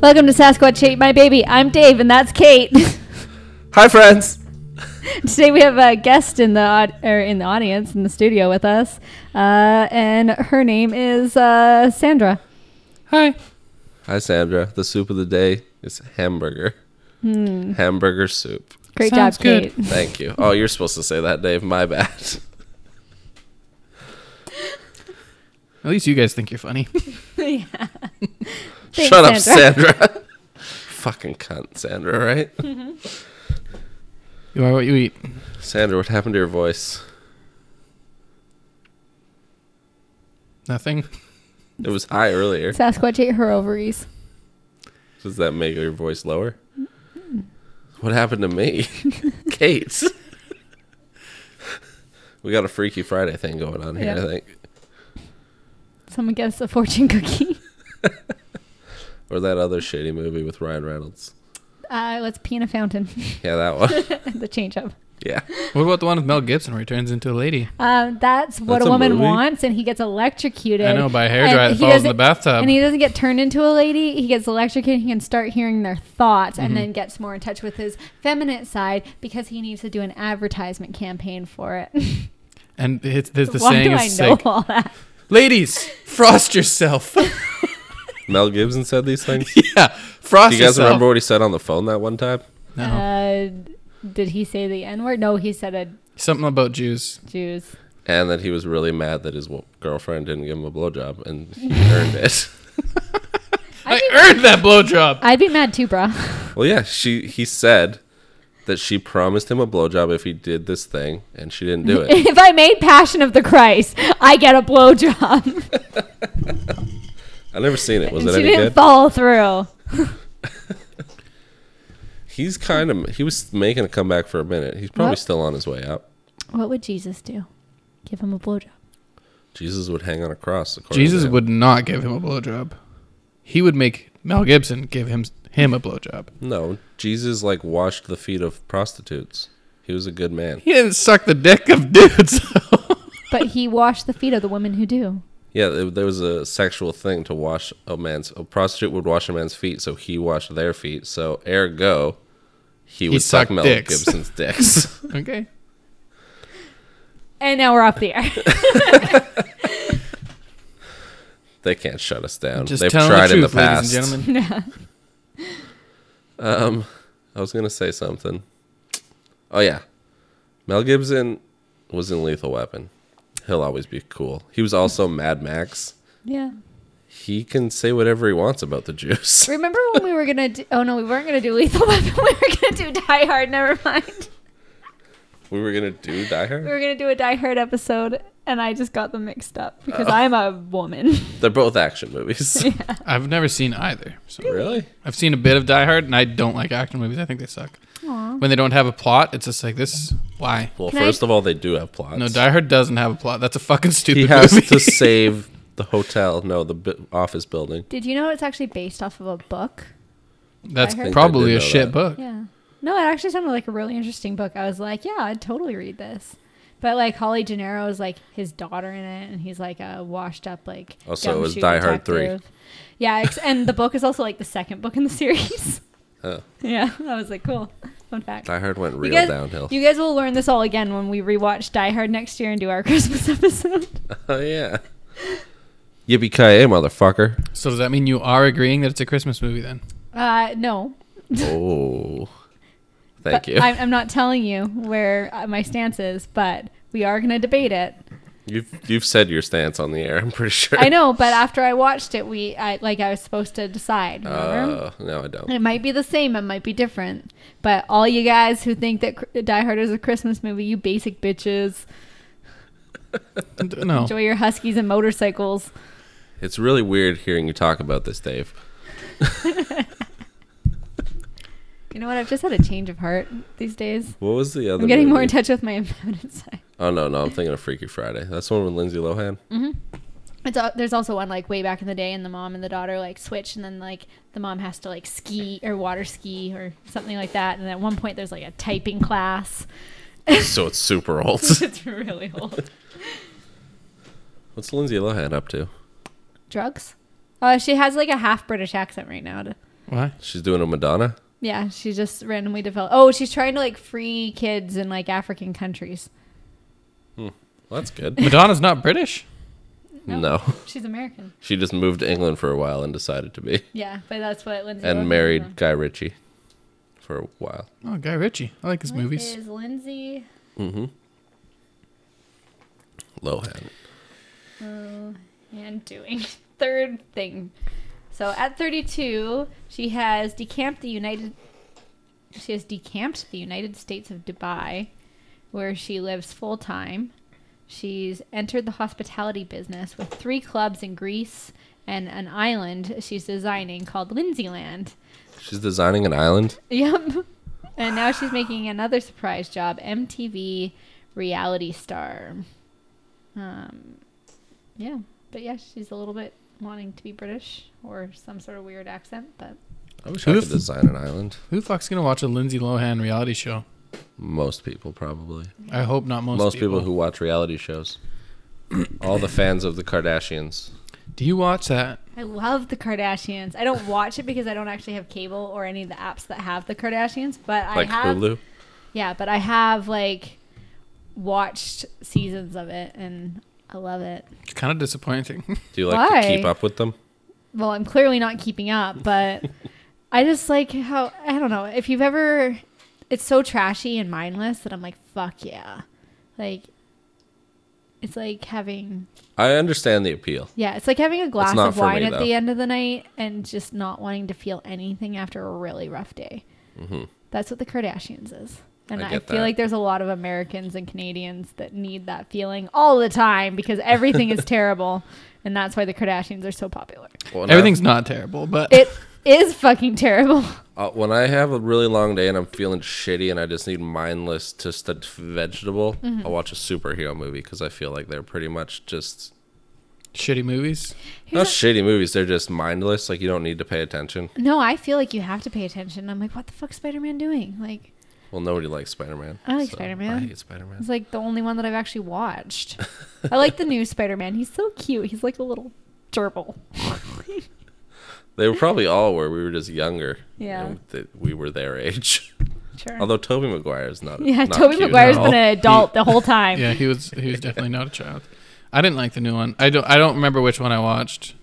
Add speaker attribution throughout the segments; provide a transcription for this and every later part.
Speaker 1: Welcome to Sasquatch Ate My Baby. I'm Dave, and that's Kate.
Speaker 2: Hi, friends.
Speaker 1: Today we have a guest in the od- or in the audience in the studio with us, uh, and her name is uh, Sandra.
Speaker 2: Hi. Hi, Sandra. The soup of the day is hamburger. Hmm. Hamburger soup.
Speaker 1: Great
Speaker 3: Sounds
Speaker 1: job,
Speaker 3: good.
Speaker 1: Kate.
Speaker 2: Thank you. Oh, you're supposed to say that, Dave. My bad.
Speaker 3: At least you guys think you're funny.
Speaker 1: yeah. Thanks,
Speaker 2: Shut up, Sandra. Fucking cunt, Sandra, right?
Speaker 3: you are what you eat.
Speaker 2: Sandra, what happened to your voice?
Speaker 3: Nothing.
Speaker 2: It was high earlier.
Speaker 1: Sasquatch ate her ovaries.
Speaker 2: Does that make your voice lower? Hmm. What happened to me? Kate. we got a Freaky Friday thing going on here,
Speaker 1: Yeah.
Speaker 2: I think.
Speaker 1: Someone get us a fortune cookie.
Speaker 2: Or that other shitty movie with Ryan Reynolds.
Speaker 1: Uh, let's pee in a fountain.
Speaker 2: Yeah, that one.
Speaker 1: the change up.
Speaker 2: yeah.
Speaker 3: What about the one with Mel Gibson where he turns into a lady?
Speaker 1: Um, that's what
Speaker 2: That's
Speaker 1: a
Speaker 2: a
Speaker 1: woman
Speaker 2: movie?
Speaker 1: wants, and he gets electrocuted.
Speaker 3: I know by a
Speaker 1: And
Speaker 3: hairdryer that
Speaker 1: he
Speaker 3: falls in the
Speaker 1: doesn't-
Speaker 3: bathtub.
Speaker 1: And he doesn't get turned into a lady. He gets electrocuted. He can start hearing their thoughts
Speaker 3: Mm-hmm.
Speaker 1: and then gets more in touch with his feminine side because he needs to do an advertisement campaign for it.
Speaker 3: and it's, there's the
Speaker 1: Why
Speaker 3: saying
Speaker 1: do
Speaker 3: is
Speaker 1: I know
Speaker 3: sick.
Speaker 1: all that?
Speaker 3: Ladies, frost yourself.
Speaker 2: Mel Gibson said these things.
Speaker 3: yeah, frost
Speaker 2: Do you guys
Speaker 3: yourself.
Speaker 2: remember what he said on the phone that one time?
Speaker 3: No,
Speaker 1: Uh, did he say the N word? No, he said a
Speaker 3: something about Jews.
Speaker 1: Jews.
Speaker 2: And that he was really mad that his wo- girlfriend didn't give him a blowjob, and he earned it.
Speaker 3: I, er-
Speaker 1: think-
Speaker 3: earned that blowjob.
Speaker 1: I'd be mad too, brah.
Speaker 2: Well, yeah, she he said that she promised him a blowjob if he did this thing, and she didn't do it.
Speaker 1: if I made Passion of the Christ, I get a blowjob.
Speaker 2: I never seen it. Was
Speaker 1: and
Speaker 2: it
Speaker 1: she
Speaker 2: any
Speaker 1: didn't
Speaker 2: good?
Speaker 1: follow through.
Speaker 2: He's kind of he was making a comeback for a minute. He's probably
Speaker 1: What?
Speaker 2: still on his way out.
Speaker 1: What would Jesus do? Give him a blowjob.
Speaker 2: Jesus would hang on a cross. according to
Speaker 3: Jesus
Speaker 2: him.
Speaker 3: would not give him a blowjob. He would make Mel Gibson give him him a blowjob.
Speaker 2: No, Jesus like washed the feet of prostitutes. He was a good man.
Speaker 3: He didn't suck the dick of dudes.
Speaker 1: But he washed the feet of the women who do.
Speaker 2: Yeah, there there was a sexual thing to wash a man's. A prostitute would wash a man's feet, so he washed their feet. So ergo, he, would suck
Speaker 3: sucked
Speaker 2: Mel
Speaker 3: dicks.
Speaker 2: Gibson's dicks.
Speaker 3: okay.
Speaker 1: And now we're off the air.
Speaker 2: they can't shut us down.
Speaker 3: Just
Speaker 2: They've
Speaker 3: telling
Speaker 2: tried
Speaker 3: the
Speaker 2: in the
Speaker 3: truth,
Speaker 2: past.
Speaker 3: ladies and gentlemen.
Speaker 2: Um, I was gonna say something. Oh yeah, Mel Gibson was in Lethal Weapon. He'll always be cool. He was also Mad Max.
Speaker 1: yeah.
Speaker 2: He can say whatever he wants about the Jews.
Speaker 1: Remember when we were gonna? Do, oh no, we weren't gonna do Lethal Weapon. We were gonna do Die Hard. Never mind.
Speaker 2: We were gonna do Die
Speaker 1: We
Speaker 2: Hard.
Speaker 1: were gonna do a Die Hard episode, and I just got them mixed up because I'm a woman.
Speaker 2: They're both action movies.
Speaker 3: I've never seen either. So.
Speaker 2: really?
Speaker 3: I've seen a bit of Die Hard, and I don't like action movies. I think they suck. When they don't have a plot, it's just like this. Why?
Speaker 2: Well,
Speaker 1: Can I-
Speaker 2: first of all, they do have plots.
Speaker 3: No, Die Hard doesn't have a plot. That's a fucking stupid
Speaker 2: he has
Speaker 3: movie.
Speaker 2: to save the hotel. No, the bu- office building.
Speaker 1: Did you know it's actually based off of a book?
Speaker 3: That's
Speaker 1: I think
Speaker 2: I
Speaker 3: probably
Speaker 2: did
Speaker 3: a
Speaker 2: know
Speaker 3: shit
Speaker 2: that.
Speaker 3: book.
Speaker 1: Yeah. No, it actually sounded like a really interesting book. I was like, yeah, I'd totally read this. But like Holly Gennaro is like his daughter in it, and he's like a washed up like.
Speaker 2: Oh, so it was
Speaker 1: gumshoe
Speaker 2: Die Hard 3.
Speaker 1: detective. Yeah, ex- and the book is also like the second book in the series.
Speaker 2: Oh.
Speaker 1: Yeah, I was like, cool. Fun fact.
Speaker 2: Die Hard went real
Speaker 1: guys-
Speaker 2: downhill.
Speaker 1: You guys will learn this all again when we rewatch Die Hard next year and do our Christmas episode.
Speaker 2: oh yeah. Yippee ki yay, motherfucker!
Speaker 3: So does that mean you are agreeing that it's a Christmas movie then?
Speaker 1: Uh, no.
Speaker 2: Oh, thank
Speaker 1: but
Speaker 2: you.
Speaker 1: I'm, I'm not telling you where uh, my stance is, but we are going to debate it.
Speaker 2: You've you've said your stance on the air. I'm pretty sure.
Speaker 1: I know, but after I watched it, we I, like I was supposed to decide. Remember?
Speaker 2: Uh, no, I don't.
Speaker 1: it might be the same. It might be different. But all you guys who think that Cr- Die Hard is a Christmas movie, you basic bitches,
Speaker 2: Oh.
Speaker 3: No.
Speaker 1: enjoy your huskies and motorcycles.
Speaker 2: It's really weird hearing you talk about this, Dave.
Speaker 1: You know what? I've just had a change of heart these days.
Speaker 2: What was the other?
Speaker 1: I'm getting more in
Speaker 2: movie?
Speaker 1: touch with my feminine side.
Speaker 2: Oh no, no, I'm thinking of Freaky Friday. That's the one with Lindsay Lohan.
Speaker 1: Mm. It's al- there's also one like way back in the day, and the mom and the daughter like switch, and then like the mom has to like ski or water ski or something like that. And at one point, there's like a typing class.
Speaker 2: So it's super old.
Speaker 1: it's really old.
Speaker 2: What's Lindsay Lohan up to?
Speaker 1: Oh, Drugs? Uh, she has like a half British accent right now. To,
Speaker 3: Why?
Speaker 2: She's doing a Madonna.
Speaker 1: Yeah, she just randomly developed. Oh, she's trying to like free kids in like African countries.
Speaker 2: Well, that's good.
Speaker 3: Madonna's not British.
Speaker 1: No.
Speaker 2: no,
Speaker 1: She's American.
Speaker 2: she just moved to England for a while and decided to be,
Speaker 1: Yeah, but that's what Lindsay
Speaker 2: and
Speaker 1: Lohan
Speaker 2: married
Speaker 1: is on.
Speaker 2: Guy Ritchie for a while.
Speaker 3: Oh, Guy Ritchie. I like his
Speaker 1: What
Speaker 3: movies.
Speaker 1: Is Lindsay
Speaker 2: Lohan.
Speaker 1: and doing third thing? So at 32, she has decamped the United. She has decamped the United States of Dubai, where she lives full time. She's entered the hospitality business with three clubs in Greece and an island she's designing called Lindsayland.
Speaker 2: She's designing an island.
Speaker 1: Yep. And now she's making another surprise job, MTV reality star. Um, yeah, but yeah, she's a little bit wanting to be British or some sort of weird accent, but
Speaker 2: I wish
Speaker 3: Who
Speaker 2: I
Speaker 3: the
Speaker 2: could
Speaker 3: f-
Speaker 2: design an island.
Speaker 3: Who the fuck's gonna watch a Lindsay Lohan reality show?
Speaker 2: Most people probably.
Speaker 3: I hope not most.
Speaker 2: Most, people. who watch reality shows. All the fans of the Kardashians.
Speaker 3: do you watch that?
Speaker 1: I love the Kardashians. I don't watch it because I don't actually have cable or any of the apps that have the Kardashians, but
Speaker 2: Like
Speaker 1: I have
Speaker 2: Hulu.
Speaker 1: Yeah, but I have like watched seasons of it and I love it.
Speaker 3: It's kind of disappointing.
Speaker 2: Do you like to keep
Speaker 1: Why?
Speaker 2: up with them?
Speaker 1: well, I'm clearly not keeping up, but I just like how I don't know if you've ever. It's so trashy and mindless that I'm like, fuck yeah, like. It's like having
Speaker 2: I understand the appeal.
Speaker 1: yeah, it's like having a glass
Speaker 2: not
Speaker 1: of
Speaker 2: for me,
Speaker 1: wine at
Speaker 2: though.
Speaker 1: the end of the night and just not wanting to feel anything after a really rough day. That's what the Kardashians is. And
Speaker 2: Mm-hmm. I
Speaker 1: I,
Speaker 2: get
Speaker 1: feel
Speaker 2: that.
Speaker 1: like there's a lot of Americans and Canadians that need that feeling all the time because everything is terrible. And that's why the Kardashians are so popular.
Speaker 2: When I-
Speaker 3: Everything's not terrible, but
Speaker 1: It is fucking terrible.
Speaker 2: uh, when I have a really long day and I'm feeling shitty and I just need mindless to st- vegetable,
Speaker 1: Mm-hmm.
Speaker 2: I watch a superhero movie because I feel like they're pretty much just
Speaker 3: shitty movies.
Speaker 2: not
Speaker 1: Here's a-
Speaker 2: shitty movies. They're just mindless. Like you don't need to pay attention.
Speaker 1: No, I feel like you have to pay attention. I'm like, what the fuck's Spider Man doing? Like,
Speaker 2: Well, nobody likes Spider Man.
Speaker 1: I like Spider-Man.
Speaker 2: I hate Spider Man.
Speaker 1: it's like the only one that I've actually watched. I like the new Spider Man. He's so cute. He's like a little gerbil.
Speaker 2: They were probably all where we were just younger.
Speaker 1: Yeah.
Speaker 2: and th- we were their age.
Speaker 1: Sure.
Speaker 2: Although Toby Maguire is not.
Speaker 1: yeah,
Speaker 2: Oh, not
Speaker 1: Toby
Speaker 2: cute at
Speaker 1: Maguire's
Speaker 2: all.
Speaker 1: been an adult the whole time.
Speaker 3: Yeah, he was he was definitely not a child. I didn't like the new one. I don't I don't remember which one I watched.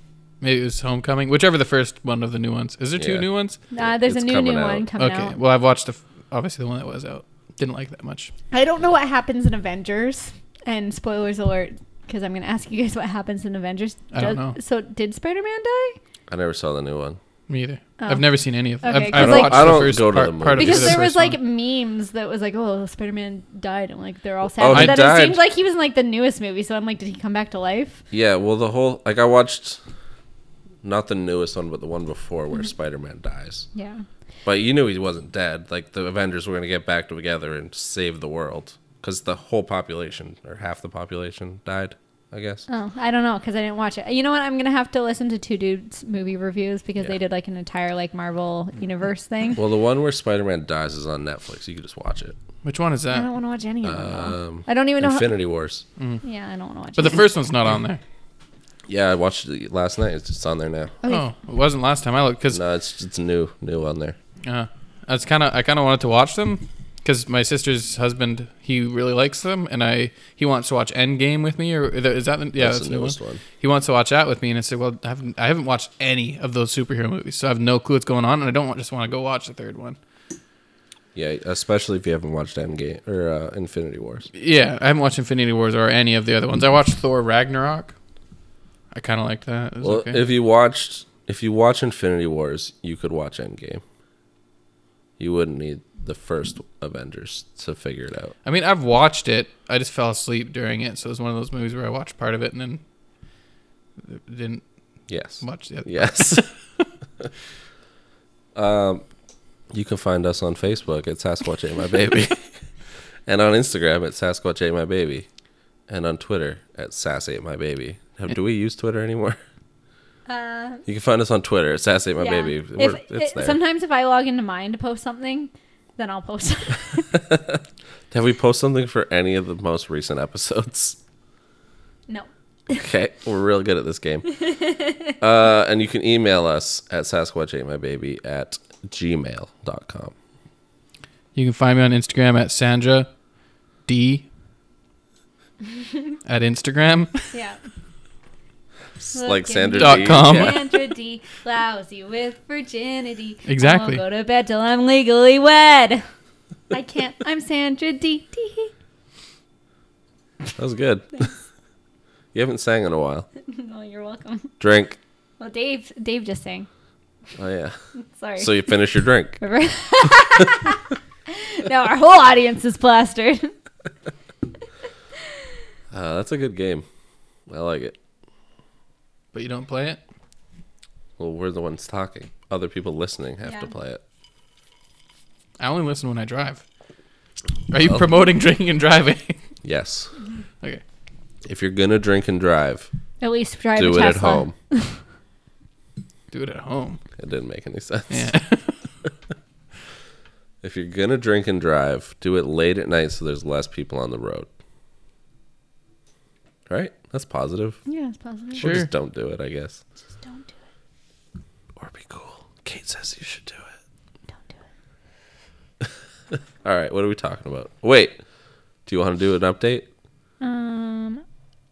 Speaker 3: Maybe it was Homecoming, whichever the first one of the new ones. Is there two
Speaker 2: Yeah.
Speaker 3: new ones?
Speaker 1: Nah, there's
Speaker 2: It's
Speaker 1: a new
Speaker 2: coming
Speaker 1: new
Speaker 2: out.
Speaker 1: one coming
Speaker 3: okay.
Speaker 1: out.
Speaker 3: Well, I've watched the f- obviously the one that was out. Didn't like that much.
Speaker 1: I don't know what happens in Avengers. And spoilers alert, because I'm going to ask you guys what happens in Avengers.
Speaker 3: I don't
Speaker 1: Does-
Speaker 3: know.
Speaker 1: So, did Spider Man die?
Speaker 2: I never saw the new one.
Speaker 3: Me either.
Speaker 1: Oh.
Speaker 3: I've never seen any of them.
Speaker 1: Okay,
Speaker 3: I've,
Speaker 1: 'cause,
Speaker 3: I've
Speaker 1: like-
Speaker 3: watched
Speaker 2: I don't
Speaker 3: the first
Speaker 2: go to
Speaker 3: part,
Speaker 2: the
Speaker 3: part of it,
Speaker 1: because
Speaker 2: movies.
Speaker 3: the
Speaker 1: there was
Speaker 3: first one.
Speaker 1: like memes that was like, "Oh, Spider-Man died," and like they're all sad.
Speaker 2: Oh, he
Speaker 1: but then
Speaker 2: died.
Speaker 1: it seemed like he was in like the newest movie, so I'm like, did he come back to life?
Speaker 2: Yeah, well, the whole like I watched, not the newest one, but the one before
Speaker 1: Mm-hmm.
Speaker 2: where Spider Man dies.
Speaker 1: Yeah.
Speaker 2: But you knew he wasn't dead. Like the Avengers were going to get back together and save the world because the whole population or half the population died. I guess.
Speaker 1: Oh, I don't know because I didn't watch it. You know what? I'm gonna have to listen to two dudes movie reviews because
Speaker 2: Yeah.
Speaker 1: they did like an entire like Marvel universe thing.
Speaker 2: Well, the one where Spider Man dies is on Netflix. You could just watch it.
Speaker 3: Which one is
Speaker 1: I don't
Speaker 3: that?
Speaker 1: want to watch any of them. though.
Speaker 2: Um,
Speaker 1: I don't even know.
Speaker 2: Infinity Wars.
Speaker 1: How, yeah, I don't want to watch.
Speaker 3: But the
Speaker 1: it.
Speaker 3: first one's not on there.
Speaker 2: Yeah, I watched it last night. It's just on there now.
Speaker 1: Okay.
Speaker 3: Oh, it wasn't last time I looked because
Speaker 2: No, it's it's new, new on there.
Speaker 3: uh, I was kind of I kind of wanted to watch them because my sister's husband he really likes them and I he wants to watch Endgame with me or is that the, yeah
Speaker 2: That's the
Speaker 3: new
Speaker 2: newest one.
Speaker 3: He wants to watch that with me and I said well I haven't I haven't watched any of those superhero movies so I have no clue what's going on and I don't want, just want to go watch the third one.
Speaker 2: Yeah, especially if you haven't watched Endgame or uh, Infinity Wars.
Speaker 3: Yeah, I haven't watched Infinity Wars or any of the other ones. I watched Thor Ragnarok. I kind of liked that. It was
Speaker 2: Well,
Speaker 3: okay.
Speaker 2: if you watched, if you watch Infinity Wars, you could watch Endgame. You wouldn't need the first Avengers to figure it out.
Speaker 3: I mean, I've watched it. I just fell asleep during it, so it was one of those movies where I watched part of it and then didn't
Speaker 2: Yes.
Speaker 3: watch the other.
Speaker 2: Yes. um, you can find us on Facebook at Sasquatch Ate My Baby, and on Instagram at Sasquatch Ate My Baby, and on Twitter at Sass Ate My Baby. Have- Do we use Twitter anymore?
Speaker 1: Uh,
Speaker 2: You can find us on Twitter at Sass Ate My
Speaker 1: yeah.
Speaker 2: Baby.
Speaker 1: If,
Speaker 2: We're- it's
Speaker 1: it,
Speaker 2: there.
Speaker 1: sometimes if I log into mine to post something, then I'll post.
Speaker 2: Have we posted something for any of the most recent episodes?
Speaker 1: no,
Speaker 2: Okay, we're real good at this game. Uh, and you can email us at SasquatchAteMyBaby at gmail.com.
Speaker 3: You can find me on Instagram at Sandra D at Instagram.
Speaker 1: Yeah.
Speaker 2: It's Like Sandra
Speaker 3: Dot
Speaker 2: D.
Speaker 3: com.
Speaker 2: Yeah.
Speaker 1: Sandra D. Lousy with virginity.
Speaker 3: Exactly.
Speaker 1: I won't go to bed till I'm legally wed. I can't. I'm Sandra D. D.
Speaker 2: That was good. you haven't sang in a while.
Speaker 1: No, Oh, you're welcome.
Speaker 2: Drink.
Speaker 1: Well, Dave. Dave just sang.
Speaker 2: Oh, yeah.
Speaker 1: Sorry.
Speaker 2: So you finish your drink.
Speaker 1: Remember? no, our whole audience is plastered.
Speaker 2: Uh, that's a good game. I like it.
Speaker 3: But you don't play it?
Speaker 2: Well, we're the ones talking. Other people listening have
Speaker 1: Yeah.
Speaker 2: to play it.
Speaker 3: I only listen when I drive. Are
Speaker 1: Oh.
Speaker 3: you promoting drinking and driving?
Speaker 2: Yes.
Speaker 3: okay.
Speaker 2: If you're going to drink and drive,
Speaker 1: At least drive
Speaker 2: do
Speaker 1: a
Speaker 2: it at
Speaker 1: Tesla.
Speaker 2: home.
Speaker 3: Do it at home.
Speaker 2: It didn't make any sense.
Speaker 3: Yeah.
Speaker 2: If you're going to drink and drive, do it late at night so there's less people on the road. Right? That's positive.
Speaker 1: Yeah, it's possible.
Speaker 2: Or
Speaker 3: Sure.
Speaker 2: just don't do it, I guess.
Speaker 1: Just don't do it.
Speaker 2: Or be cool. Kate says you should do it.
Speaker 1: Don't do it.
Speaker 2: All right, what are we talking about? Wait. Do you want to do an update?
Speaker 1: Um.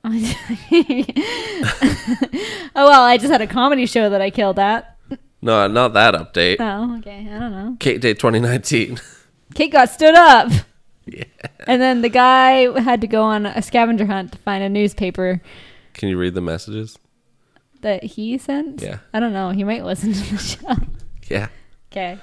Speaker 1: oh well, I just had a comedy show that I killed at.
Speaker 2: No, not that update.
Speaker 1: Oh, okay. I don't know.
Speaker 2: Kate Day 2019.
Speaker 1: Kate got stood up. And then the guy had to go on a scavenger hunt to find a newspaper
Speaker 2: Can you read the messages?
Speaker 1: that he sent.
Speaker 2: Yeah.
Speaker 1: I don't know. He might listen to the show.
Speaker 2: Yeah.
Speaker 1: Okay.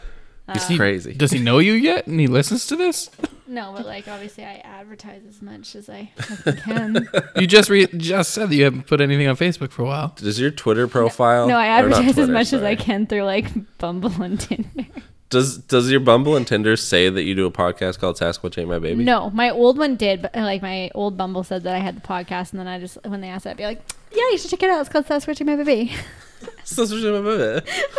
Speaker 2: He's
Speaker 1: Um,
Speaker 3: He-
Speaker 2: crazy.
Speaker 3: Does he know you yet? And he listens to this?
Speaker 1: No, but like obviously I advertise as much as I fucking can.
Speaker 3: You just re- just said that you haven't put anything on Facebook for a while.
Speaker 2: Does your Twitter profile?
Speaker 1: no, I
Speaker 2: or not
Speaker 1: advertise as
Speaker 2: Twitter,
Speaker 1: much as I
Speaker 2: sorry.
Speaker 1: can through like Bumble and Tinder.
Speaker 2: Does Does your Bumble and Tinder say that you do a podcast called Sasquatch Ain't My Baby?
Speaker 1: No, my old one did, but uh, like my old Bumble said that I had the podcast, and then I just when they asked that, I'd be like, "Yeah, you should check it out. It's called Sasquatch My Baby.
Speaker 2: Sasquatch Ain't My Baby.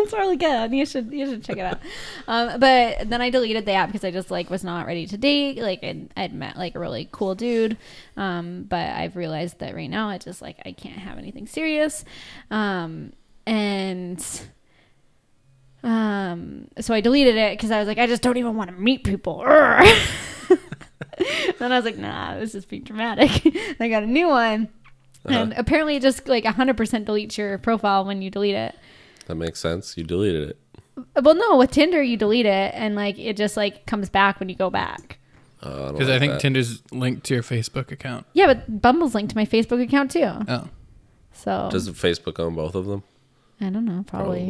Speaker 1: it's really good. You should you should check it out." Um, but then I deleted the app because I just like was not ready to date. Like I'd, I'd met like a really cool dude, um, but I've realized that right now I just like I can't have anything serious, um, and. Um, so I deleted it because I was like, I just don't even want to meet people. Urgh. then I was like, nah, this is being dramatic. And I got a new one. And apparently, it just like 100% deletes your profile when you delete it.
Speaker 2: That makes sense. You deleted it.
Speaker 1: Well, no, with Tinder, you delete it and like it just like comes back when you go back.
Speaker 2: Because
Speaker 3: Because I think Tinder's linked to your Facebook account.
Speaker 1: Yeah, but Bumble's linked to my Facebook account too.
Speaker 3: Oh.
Speaker 1: So
Speaker 2: Does Facebook own both of them?
Speaker 1: I don't know, probably.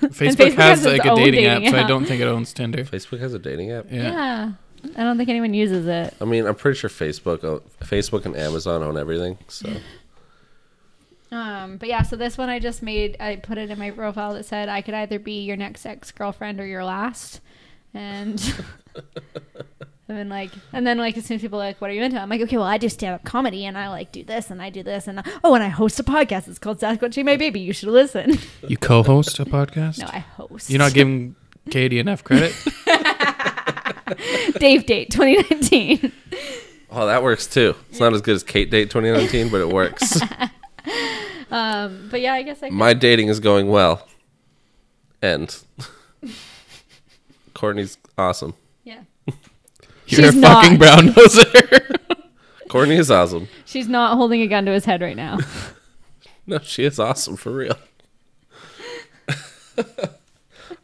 Speaker 2: Probably.
Speaker 3: Facebook,
Speaker 1: Facebook
Speaker 3: has,
Speaker 1: has its
Speaker 3: like a
Speaker 1: own
Speaker 3: dating,
Speaker 1: dating
Speaker 3: app, so I
Speaker 1: app.
Speaker 3: don't think it owns Tinder.
Speaker 2: Facebook has a dating app.
Speaker 1: Yeah. I don't think anyone uses it.
Speaker 2: I mean, I'm pretty sure Facebook, own, Facebook and Amazon own everything. So
Speaker 1: Um, but yeah, so this one I just made, I put it in my profile that said I could either be your next ex girlfriend or your last. And and then like, and then like, as soon as people are like, what are you into? I'm like, okay, well, I do stand up comedy and I like do this and I do this. And oh, and I host a podcast. It's called Sasquatch My Baby. You should listen.
Speaker 3: You co-host a podcast?
Speaker 1: No, I host.
Speaker 3: You're not giving Katie enough credit.
Speaker 1: Dave Date 2019.
Speaker 2: oh, that works too. It's not as good as Kate Date 2019, but it works.
Speaker 1: um, but yeah, I guess I could.
Speaker 2: My dating is going well. And Courtney's awesome.
Speaker 1: yeah.
Speaker 3: You're
Speaker 1: She's
Speaker 3: a fucking
Speaker 1: not.
Speaker 3: brown noser.
Speaker 2: Courtney is awesome.
Speaker 1: She's not holding a gun to his head right now.
Speaker 2: No, she is awesome for real.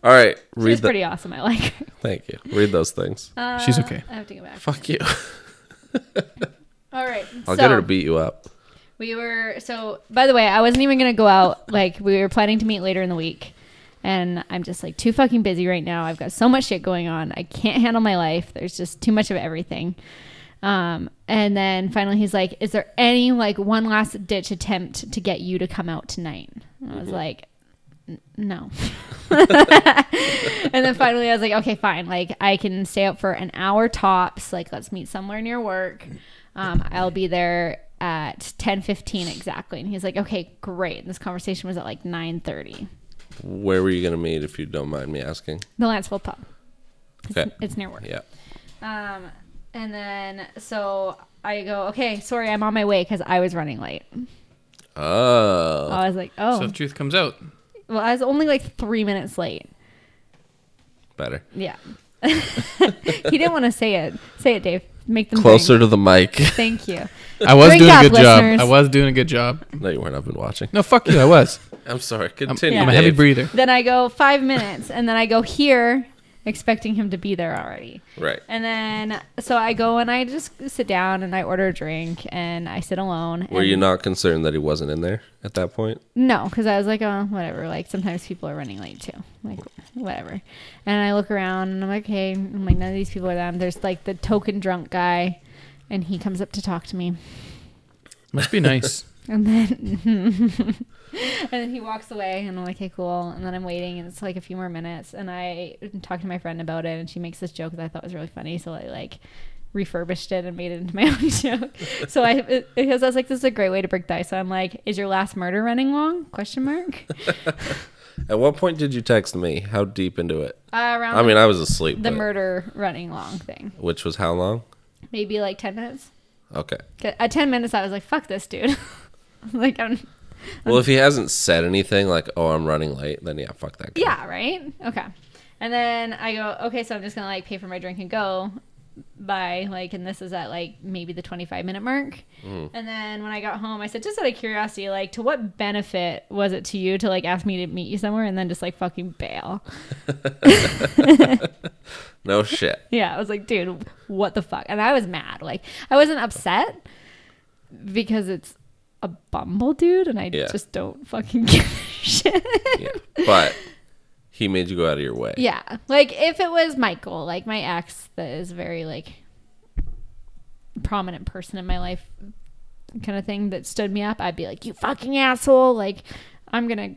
Speaker 2: All right, read
Speaker 1: She's
Speaker 2: the.
Speaker 1: pretty awesome. I like her.
Speaker 2: Thank you. Read those things.
Speaker 1: Uh,
Speaker 3: She's okay.
Speaker 1: I have to go back.
Speaker 2: Fuck you.
Speaker 1: All right.
Speaker 2: I'll
Speaker 1: so,
Speaker 2: get her to beat you up.
Speaker 1: We were so. By the way, I wasn't even gonna go out. Like we were planning to meet later in the week, and I'm just like too fucking busy right now. I've got so much shit going on. I can't handle my life. There's just too much of everything. Um, and then finally, he's like, "Is there any like one last ditch attempt to get you to come out tonight?" And I was like, "N- "No." and then finally, I was like, "Okay, fine. Like I can stay up for an hour tops. Like let's meet somewhere near work." um, I'll be there at 10:15 exactly. And he's like, "Okay, great." And this conversation was at like 9:30.
Speaker 2: Where were you going to meet if you don't mind me asking?
Speaker 1: The Lanceville pub. It's,
Speaker 2: Okay.
Speaker 1: it's near work.
Speaker 2: Yeah.
Speaker 1: Um, and then so I go, okay, sorry, I'm on my way because I was running late.
Speaker 2: Oh.
Speaker 1: I was like,
Speaker 3: So
Speaker 1: oh,
Speaker 3: the truth comes out.
Speaker 1: well, I was only like three minutes late.
Speaker 2: Better.
Speaker 1: Yeah, he didn't want to say it. Say it, Dave. Make them drink.
Speaker 2: Closer to the mic.
Speaker 1: Thank you.
Speaker 3: I was
Speaker 1: Drink
Speaker 3: doing
Speaker 1: up,
Speaker 3: a good
Speaker 1: listeners.
Speaker 3: job. I was doing a good job.
Speaker 2: no, you weren't. I've been watching.
Speaker 3: No, fuck you. I was.
Speaker 2: I'm sorry.
Speaker 3: I'm,
Speaker 2: Continue.
Speaker 3: I'm a heavy
Speaker 2: Dave.
Speaker 3: breather.
Speaker 1: Then I go five minutes, and then I go here, expecting him to be there already.
Speaker 2: Right.
Speaker 1: And then so I go and I just sit down and I order a drink and I sit alone.
Speaker 2: Were you
Speaker 1: and-
Speaker 2: not concerned that he wasn't in there at that point?
Speaker 1: No, because I was like, oh, whatever. Like sometimes people are running late too. Like whatever. And I look around and I'm like, hey, I'm like none of these people are them. There's like the token drunk guy, and he comes up to talk to me,
Speaker 3: Must be nice.
Speaker 1: and then and then he walks away, and I'm like, hey, cool. And then I'm waiting, and it's like a few more minutes, and I talk to my friend about it, and she makes this joke that I thought was really funny, so I like refurbished it and made it into my own joke. So I it- because I was like, this is a great way to break the ice. So I'm like, is your last murder running long? Question mark.
Speaker 2: At what point did you text me? How deep into it?
Speaker 1: Uh, around
Speaker 2: I mean, uh,
Speaker 1: the,
Speaker 2: I was asleep.
Speaker 1: the
Speaker 2: but-
Speaker 1: murder running long thing.
Speaker 2: Which was how long?
Speaker 1: Maybe like 10 minutes.
Speaker 2: Okay.
Speaker 1: 'Cause At 10 minutes, I was like, fuck this dude. like, I'm. Um,
Speaker 2: Well, if he hasn't said anything like, "Oh, I'm running late," then yeah, fuck that guy.
Speaker 1: Yeah, right? Okay. And then I go, okay, so I'm just going to like pay for my drink and go by like, and this is at like maybe the 25 minute mark. And then when I got home, I said, just out of curiosity, like, to what benefit was it to you to like ask me to meet you somewhere and then just like fucking bail?
Speaker 2: No shit.
Speaker 1: Yeah, I was like, dude, what the fuck? And I was mad. Like, I wasn't upset because it's a bumble dude, and I
Speaker 2: Yeah.
Speaker 1: just don't fucking give a shit.
Speaker 2: Yeah. But he made you go out of your way.
Speaker 1: yeah, like if it was Michael, like my ex, that is very like prominent person in my life, kind of thing that stood me up, I'd be like, you fucking asshole! Like, I'm gonna.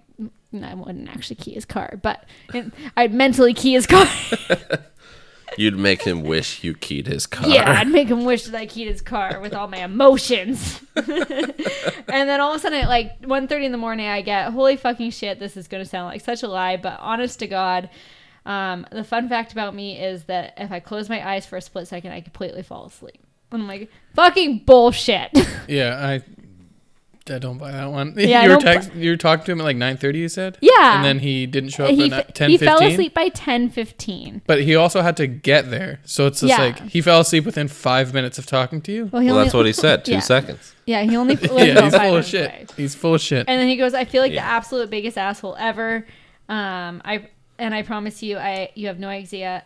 Speaker 1: and I wouldn't actually key his car, but and I'd mentally key his car.
Speaker 2: You'd make him wish you keyed his car.
Speaker 1: Yeah, I'd make him wish that I keyed his car with all my emotions. and then all of a sudden, at like 1.30 in the morning, I get, holy fucking shit, this is going to sound like such a lie, but honest to God, um, the fun fact about me is that if I close my eyes for a split second, I completely fall asleep. And I'm like, fucking bullshit.
Speaker 3: Yeah, I. I don't buy that one.
Speaker 1: Yeah, I
Speaker 3: you were
Speaker 1: don't bu-
Speaker 3: text, you were talking to him at like nine thirty. You said.
Speaker 1: Yeah.
Speaker 3: And then he didn't show up
Speaker 1: he,
Speaker 3: at
Speaker 1: f-
Speaker 3: ten
Speaker 1: he fell
Speaker 3: fifteen.
Speaker 1: asleep by 10.15.
Speaker 3: But he also had to get there, so it's just
Speaker 1: Yeah.
Speaker 3: like he fell asleep within five minutes of talking to you.
Speaker 1: he
Speaker 2: Well,
Speaker 1: only-
Speaker 2: that's what he said. Two
Speaker 1: Yeah.
Speaker 2: seconds.
Speaker 1: Yeah, he only lived
Speaker 3: yeah,
Speaker 1: about
Speaker 3: he's
Speaker 1: five
Speaker 3: full of
Speaker 1: minutes
Speaker 3: shit.
Speaker 1: away.
Speaker 3: He's full of shit.
Speaker 1: And then he goes, "I feel like the
Speaker 2: Yeah.
Speaker 1: absolute biggest asshole ever." Um, I and I promise you, I you have no idea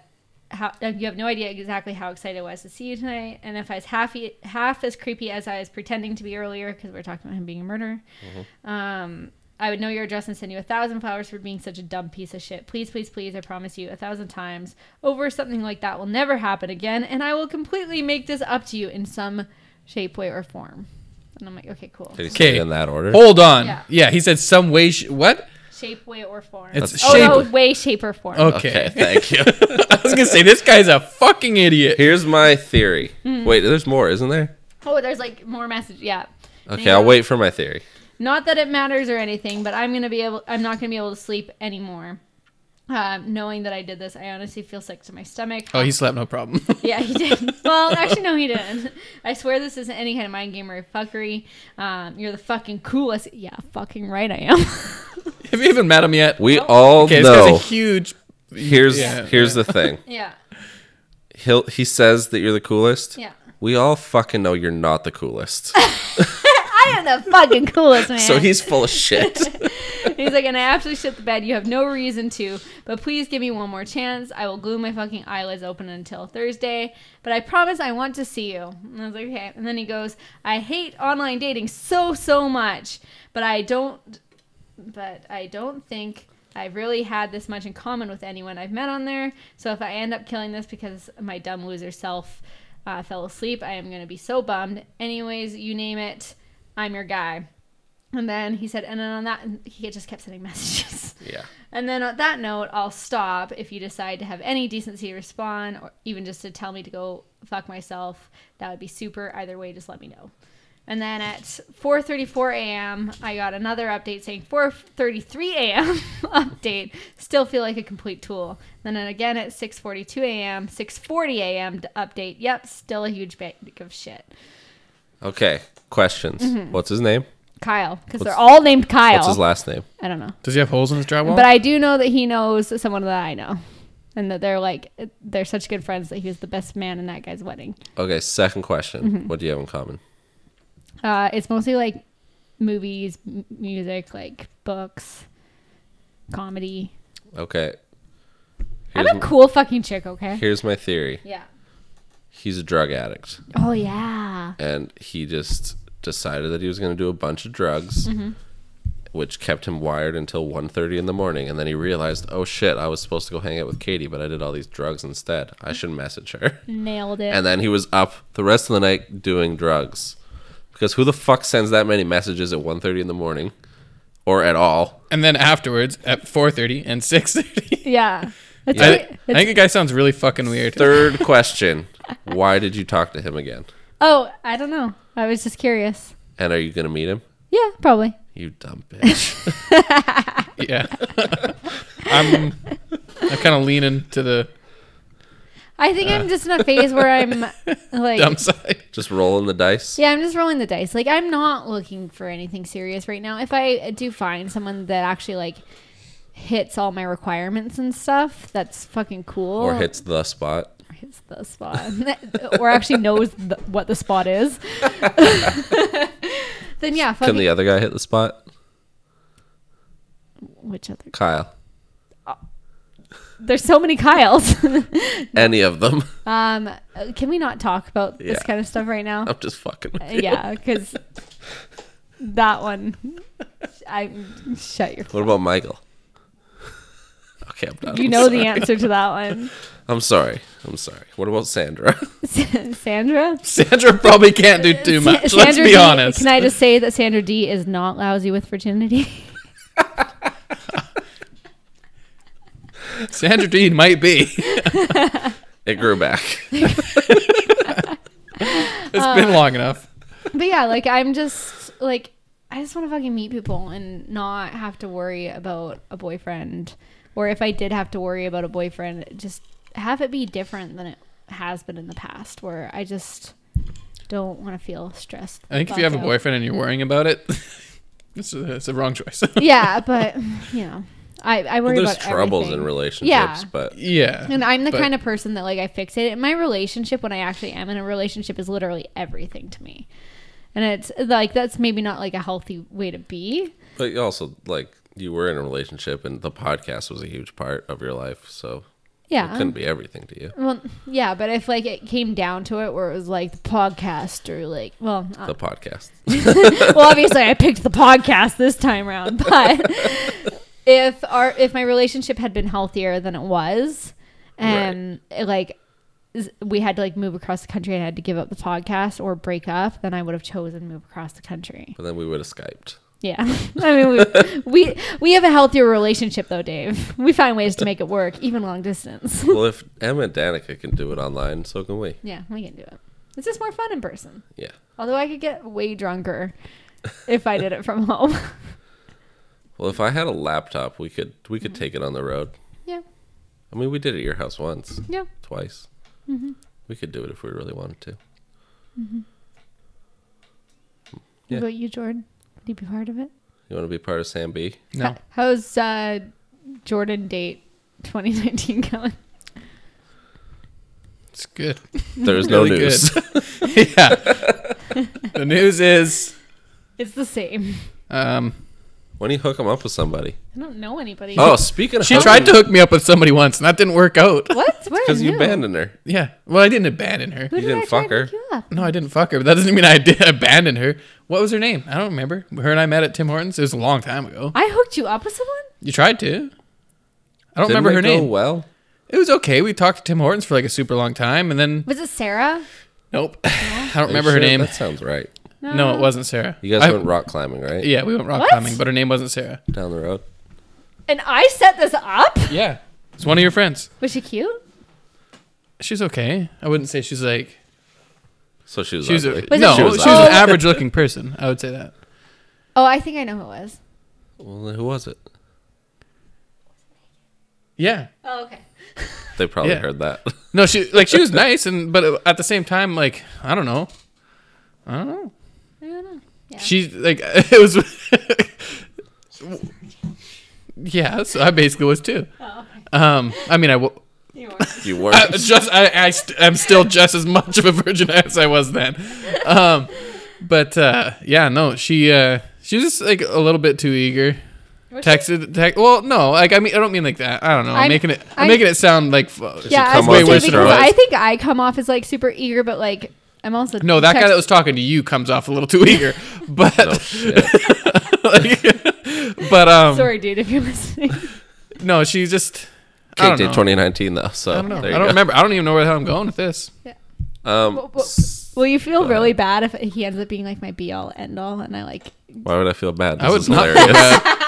Speaker 1: how uh, you have no idea exactly how excited I was to see you tonight. And if I was half e- half as creepy as I was pretending to be earlier, because we are talking about him being a murderer, um, I would know your address and send you a thousand flowers for being such a dumb piece of shit. Please, please, please, I promise you a thousand times over something like that will never happen again, and I will completely make this up to you in some shape, way, or form. And I'm like, okay, cool.
Speaker 2: Did he say it
Speaker 3: Okay.
Speaker 2: in that order?
Speaker 3: Hold on.
Speaker 1: Yeah.
Speaker 3: Yeah. he said some way. Sh- what?
Speaker 1: Shape, way, or form.
Speaker 3: It's
Speaker 2: That's-
Speaker 1: Oh
Speaker 3: shape.
Speaker 1: no, way, shape, or form.
Speaker 2: Okay,
Speaker 3: Okay.
Speaker 2: thank you.
Speaker 3: I was gonna say this guy's a fucking idiot.
Speaker 2: Here's my theory.
Speaker 1: Hmm.
Speaker 2: Wait, there's more, isn't there?
Speaker 1: Oh, there's like more message. Yeah.
Speaker 2: Okay,
Speaker 1: Yeah.
Speaker 2: I'll wait for my theory.
Speaker 1: Not that it matters or anything, but I'm gonna be able. I'm not gonna be able to sleep anymore. Um, knowing that I did this, I honestly feel sick to my stomach.
Speaker 3: Oh, he slept no problem.
Speaker 1: Yeah, he did. well, actually, no, he didn't. I swear this isn't any kind of mind game or fuckery. Um, you're the fucking coolest. Yeah, fucking right, I am.
Speaker 3: Have you even met him yet?
Speaker 2: We
Speaker 1: Oh.
Speaker 2: all
Speaker 3: okay, this
Speaker 2: know.
Speaker 3: guy's a huge.
Speaker 2: Here's
Speaker 3: Yeah,
Speaker 2: here's
Speaker 3: yeah.
Speaker 2: the thing.
Speaker 1: yeah,
Speaker 2: He'll he says that you're the coolest.
Speaker 1: yeah.
Speaker 2: We all fucking know you're not the coolest.
Speaker 1: I am the fucking coolest man.
Speaker 2: so he's full of shit.
Speaker 1: He's like, and I absolutely shit the bed. You have no reason to, but please give me one more chance. I will glue my fucking eyelids open until Thursday, but I promise I want to see you. And I was like, okay. And then he goes, I hate online dating so, so much, but I don't, but I don't think I've really had this much in common with anyone I've met on there. So if I end up killing this because my dumb loser self uh, fell asleep, I am going to be so bummed. Anyways, you name it, I'm your guy. And then he said, and then on that, and he just kept sending messages.
Speaker 2: yeah.
Speaker 1: And then on that note, I'll stop if you decide to have any decency to respond or even just to tell me to go fuck myself. That would be super. Either way, just let me know. And then at 4:34 a.m., I got another update saying 4:33 a.m. update. Still feel like a complete tool. Then again at 6:42 a.m., 6:40 a.m. d- update. Yep, still a huge bag of shit.
Speaker 2: Okay, questions.
Speaker 1: Mm-hmm.
Speaker 2: What's his name?
Speaker 1: Kyle, because they're
Speaker 2: What's-
Speaker 1: all named Kyle.
Speaker 2: What's his Oh. last name?
Speaker 1: I don't know.
Speaker 3: Does he have holes in his drywall?
Speaker 1: But I do know that he knows someone that I know, and that they're like they're such good friends that he was the best man in that guy's wedding.
Speaker 2: Okay, second question.
Speaker 1: Mm-hmm.
Speaker 2: What do you have in common?
Speaker 1: Uh, it's mostly like movies, m- music, like books, comedy.
Speaker 2: Okay.
Speaker 1: I'm
Speaker 2: Here's,
Speaker 1: a cool fucking chick, okay?
Speaker 2: here's my theory.
Speaker 1: Yeah.
Speaker 2: He's a drug addict,
Speaker 1: Oh yeah.
Speaker 2: and he just decided that he was going to do a bunch of drugs, which kept him wired until 1.30 in the morning. And then he realized, oh shit, I was supposed to go hang out with Katie, but I did all these drugs instead. I should message her.
Speaker 1: Nailed it.
Speaker 2: and then he was up the rest of the night doing drugs because who the fuck sends that many messages at 1.30 in the morning or at all
Speaker 3: and then afterwards at 4:30 and 6:30.
Speaker 1: yeah. It's
Speaker 3: I,
Speaker 1: really-
Speaker 3: I
Speaker 1: it's-
Speaker 3: think the guy sounds really fucking weird.
Speaker 2: third question why did you talk to him again
Speaker 1: oh, I don't know. I was just curious.
Speaker 2: and are you gonna meet him
Speaker 1: Yeah, probably.
Speaker 2: you dumb bitch
Speaker 3: Yeah. I'm I'm kind of leaning to the
Speaker 1: I think I'm just in a phase where I'm like
Speaker 3: dumb side.
Speaker 2: just rolling the dice
Speaker 1: Yeah, I'm just rolling the dice. Like I'm not looking for anything serious right now. If I do find someone that actually like hits all my requirements and stuff, that's fucking cool.
Speaker 2: or hits the spot
Speaker 1: hits the spot, or actually knows the, what the spot is. then yeah,
Speaker 2: can
Speaker 1: fucking,
Speaker 2: the other guy hit the spot
Speaker 1: which other?
Speaker 2: kyle
Speaker 1: There's so many Kyles.
Speaker 2: any of them
Speaker 1: um, can we not talk about this
Speaker 2: Yeah.
Speaker 1: kind of stuff right now?
Speaker 2: i'm just fucking with you.
Speaker 1: yeah, because that one. I shut your.
Speaker 2: what about michael okay i'm done
Speaker 1: You
Speaker 2: I'm
Speaker 1: know
Speaker 2: sorry.
Speaker 1: the answer to that one.
Speaker 2: i'm sorry i'm sorry what about sandra
Speaker 1: Sandra?
Speaker 3: Sandra probably can't do too
Speaker 1: Sa-
Speaker 3: much. Let's
Speaker 1: Sandra
Speaker 3: be
Speaker 1: D-
Speaker 3: honest.
Speaker 1: Can I just say that Sandra D is not lousy with virginity?
Speaker 3: Sandra Dean might be.
Speaker 2: it
Speaker 1: Uh,
Speaker 2: grew back
Speaker 3: It's been
Speaker 1: Uh,
Speaker 3: long enough.
Speaker 1: but yeah, like I'm just like I just want to fucking meet people and not have to worry about a boyfriend. Or if I did have to worry about a boyfriend, just have it be different than it has been in the past, where I just don't want to feel stressed.
Speaker 3: I think if
Speaker 1: the
Speaker 3: you have a
Speaker 1: fuck out.
Speaker 3: boyfriend and you're worrying about it, it's, a, it's a wrong choice.
Speaker 1: yeah, but you know, I I worry
Speaker 2: there's
Speaker 1: about
Speaker 2: troubles
Speaker 1: everything.
Speaker 2: in relationships
Speaker 1: Yeah.
Speaker 2: but
Speaker 3: yeah.
Speaker 1: And I'm the
Speaker 3: But-
Speaker 1: kind of person that like I fix it. In my relationship, when I actually am in a relationship, is literally everything to me. And it's like that's maybe not like a healthy way to be.
Speaker 2: But you also like you were in a relationship, and the podcast was a huge part of your life, so it
Speaker 1: Yeah.
Speaker 2: couldn't be everything to you.
Speaker 1: Well, yeah, but if like it came down to it, where it was like the podcast or like, well, uh,
Speaker 2: The podcast.
Speaker 1: well, obviously I picked the podcast this time around, but if our if my relationship had been healthier than it was, and it, like is- we had to like move across the country and I had to give up the podcast or break up, then I would have chosen move across the country.
Speaker 2: But then we would have skyped.
Speaker 1: Yeah, I mean we, we we have a healthier relationship though, Dave. We find ways to make it work, even long distance.
Speaker 2: Well, if Emma and Danica can do it online, so can we.
Speaker 1: yeah, we can do it. It's just more fun in person.
Speaker 2: Yeah.
Speaker 1: Although I could get way drunker if I did it from home.
Speaker 2: Well, if I had a laptop, we could we could take it on the road.
Speaker 1: Mm-hmm. yeah,
Speaker 2: I mean, we did it at your house once,
Speaker 1: yeah.
Speaker 2: twice.
Speaker 1: Mm-hmm.
Speaker 2: We could do it if we really wanted to.
Speaker 1: What
Speaker 2: Yeah.
Speaker 1: about you, Jordan? Would you be part of it?
Speaker 2: You want to be part of Sam B?
Speaker 3: No.
Speaker 1: How's uh, Jordan date 2019 going?
Speaker 3: It's good.
Speaker 2: There's no
Speaker 3: Really good.
Speaker 2: news.
Speaker 3: yeah. the news is
Speaker 1: It's the same.
Speaker 3: um,
Speaker 2: when you hook him up with somebody.
Speaker 1: I don't know anybody.
Speaker 2: Oh, speaking of
Speaker 3: she tried to hook me up with somebody once and that didn't work out.
Speaker 1: What? Where?
Speaker 2: because you
Speaker 1: Who?
Speaker 2: abandoned her.
Speaker 3: Yeah. Well, I didn't abandon her.
Speaker 1: Who
Speaker 2: You
Speaker 1: did
Speaker 2: didn't
Speaker 1: I try
Speaker 2: fuck
Speaker 1: to
Speaker 2: her.
Speaker 1: hook you up?
Speaker 3: No, I didn't fuck her, but that doesn't mean I did abandon her. What was her name? I don't remember. Her and I met at Tim Hortons. It was a long time ago.
Speaker 1: I hooked you up with someone?
Speaker 3: You tried to. I
Speaker 2: Didn't
Speaker 3: don't remember
Speaker 2: it
Speaker 3: her
Speaker 2: go
Speaker 3: name.
Speaker 2: Well,
Speaker 3: It was okay. We talked to Tim Hortons for like a super long time, and then
Speaker 1: Was it Sarah?
Speaker 3: nope, I don't remember her
Speaker 2: Shit,
Speaker 3: name.
Speaker 2: That sounds right.
Speaker 3: No, it wasn't Sarah.
Speaker 2: You guys
Speaker 3: I-
Speaker 2: went rock climbing, right?
Speaker 3: Yeah, we went rock
Speaker 1: What?
Speaker 3: climbing, but her name wasn't Sarah.
Speaker 2: Down the road.
Speaker 1: And I set this up?
Speaker 3: Yeah, it's one of your friends.
Speaker 1: Was she cute?
Speaker 3: She's okay. I wouldn't say she's like
Speaker 2: So she was.
Speaker 3: she was a,
Speaker 2: ugly.
Speaker 1: Was it- Oh.
Speaker 3: no. She
Speaker 1: She
Speaker 3: was,
Speaker 2: was
Speaker 1: ugly.
Speaker 3: an average looking person. I would say that.
Speaker 1: Oh, I think I know who it was.
Speaker 2: Well, then who was it?
Speaker 3: Yeah.
Speaker 1: Oh, okay.
Speaker 2: They probably
Speaker 3: Yeah.
Speaker 2: heard that.
Speaker 3: No, she like she was nice, and but at the same time, like I don't know. I don't know.
Speaker 1: I don't know. Yeah.
Speaker 3: She's like, it was. yeah, so I basically was too.
Speaker 1: oh,
Speaker 3: Um, I mean, I, w-
Speaker 1: you are.
Speaker 2: You
Speaker 3: I
Speaker 2: weren't.
Speaker 3: just I, I st- I'm still just as much of a virgin as I was then. Um, but uh, yeah, no, she uh, she was just like a little bit too eager.
Speaker 1: Was she?
Speaker 3: Texted, text. Well, no, like I mean, I don't mean like that. I don't know. I'm,
Speaker 1: I'm-
Speaker 3: making it, I'm
Speaker 1: I-
Speaker 3: making it sound like f-
Speaker 1: Yeah, I was gonna
Speaker 2: come
Speaker 3: off
Speaker 1: say
Speaker 3: as
Speaker 1: because
Speaker 3: strong?
Speaker 1: I think I come off as like super eager, but like I'm also
Speaker 3: No, that guy
Speaker 1: text-
Speaker 3: that was talking to you comes off a little too eager. But
Speaker 2: No shit.
Speaker 3: like, but um
Speaker 1: Sorry, dude, if you're listening.
Speaker 3: no, she just I
Speaker 2: Kate
Speaker 3: don't
Speaker 2: did
Speaker 3: know.
Speaker 2: 2019 though, so
Speaker 3: I don't know.
Speaker 2: there
Speaker 3: I
Speaker 2: you
Speaker 3: don't
Speaker 2: go.
Speaker 3: remember. I don't even know where the hell I'm going with this.
Speaker 2: Um,
Speaker 1: Well, well- Will you feel really bad if he ends up being like my be all end all and I like
Speaker 2: why would I feel bad? This
Speaker 3: I
Speaker 2: is
Speaker 3: was not.
Speaker 2: hilarious.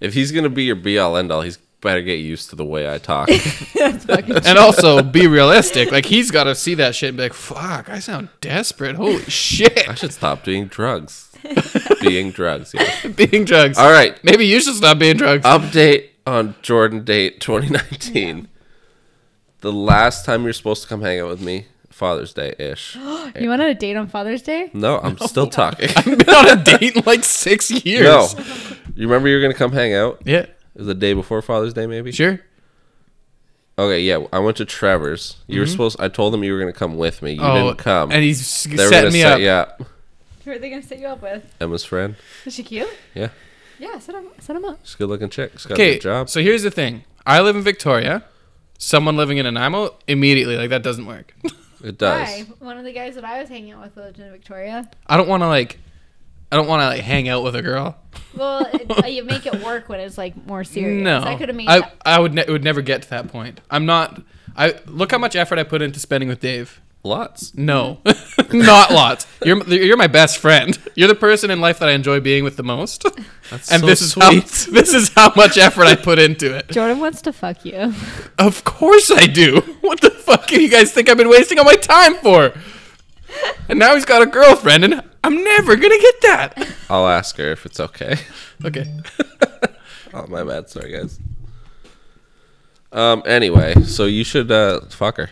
Speaker 2: If he's gonna be your be all end all, he's better get used to the way I talk.
Speaker 3: and also be realistic. Like he's got to see that shit and be like, "Fuck, I sound desperate. Holy
Speaker 2: I
Speaker 3: shit,
Speaker 2: should stop doing drugs. being drugs. Yeah.
Speaker 3: being drugs.
Speaker 2: All right. Uh,
Speaker 3: Maybe you should stop being drugs."
Speaker 2: Update on Jordan Date 2019. The last time you're supposed to come hang out with me, Father's Day ish.
Speaker 1: you went on a date on Father's Day?
Speaker 2: No, I'm still talking.
Speaker 3: I've been on a date in like six years.
Speaker 2: no. You remember you were gonna come hang out?
Speaker 3: Yeah.
Speaker 2: It was the day before Father's Day, maybe.
Speaker 3: Sure.
Speaker 2: Okay, yeah. I went to Trevor's. You were supposed. I told him you were gonna come with me. You didn't come.
Speaker 3: Oh, And he's
Speaker 2: They were
Speaker 3: setting
Speaker 2: gonna
Speaker 3: me
Speaker 2: set
Speaker 3: up.
Speaker 2: Oh, you up.
Speaker 1: Who are they gonna set you up with?
Speaker 2: Emma's friend.
Speaker 1: Is she cute?
Speaker 2: Yeah,
Speaker 1: Yeah, set him set him up.
Speaker 2: she's a good-looking chick. She's got a
Speaker 3: Okay.
Speaker 2: good job.
Speaker 3: So here's the thing. I live in Victoria. Someone living in Nanaimo immediately like that doesn't work.
Speaker 2: It does.
Speaker 1: Why? One of the guys that I was hanging out with lived in Victoria.
Speaker 3: I don't want to like. I don't want to like hang out with a girl.
Speaker 1: Well, it, uh, you make it work when it's like more serious.
Speaker 3: No,
Speaker 1: I could have made.
Speaker 3: I, I would. Ne- it would never get to that point. I'm not. I look how much effort I put into spending with Dave.
Speaker 2: Lots.
Speaker 3: No, not lots. You're you're my best friend. You're the person in life that I enjoy being with the most.
Speaker 2: That's
Speaker 3: and
Speaker 2: so
Speaker 3: this is
Speaker 2: sweet.
Speaker 3: how this is how much effort I put into it.
Speaker 1: Jordan wants to fuck you.
Speaker 3: Of course I do. What the fuck do you guys think I've been wasting all my time for? And now he's got a girlfriend, and I'm never gonna get that.
Speaker 2: I'll ask her if it's okay.
Speaker 3: Okay.
Speaker 2: Oh my bad, sorry guys. Um. Anyway, so you should uh fuck her.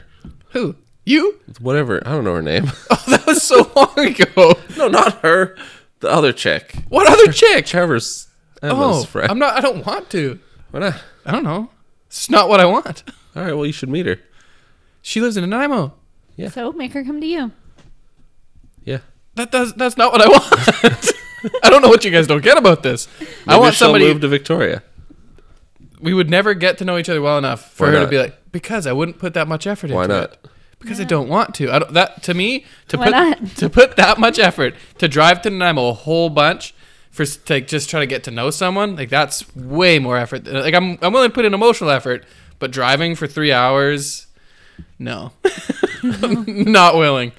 Speaker 3: Who? You?
Speaker 2: Whatever. I don't know her name.
Speaker 3: Oh, that was so long ago.
Speaker 2: no, not her. The other chick.
Speaker 3: What other chick?
Speaker 2: Trevor's Emma's
Speaker 3: Oh,
Speaker 2: friend.
Speaker 3: I'm not. I don't want to.
Speaker 2: Why not?
Speaker 3: I don't know. It's not what I want.
Speaker 2: All right. Well, you should meet her.
Speaker 3: She lives in Nanaimo.
Speaker 1: So make her come to you.
Speaker 2: Yeah.
Speaker 3: That does. That's not what I want. I don't know what you guys don't get about this. I
Speaker 2: Maybe
Speaker 3: want
Speaker 2: she'll
Speaker 3: somebody.
Speaker 2: move to Victoria.
Speaker 3: we would never get to know each other well enough for
Speaker 2: Why
Speaker 3: her to
Speaker 2: not?
Speaker 3: be like, because I wouldn't put that much effort
Speaker 2: Why
Speaker 3: into
Speaker 2: not?
Speaker 3: it. Because I don't want to. I don't, that to me to
Speaker 1: Why
Speaker 3: put
Speaker 1: not?
Speaker 3: to put that much effort to drive to Nanaimo a whole bunch for s- to, like just try to get to know someone like that's way more effort. than- Like I'm I'm willing to put in emotional effort, but driving for three hours, no, not willing.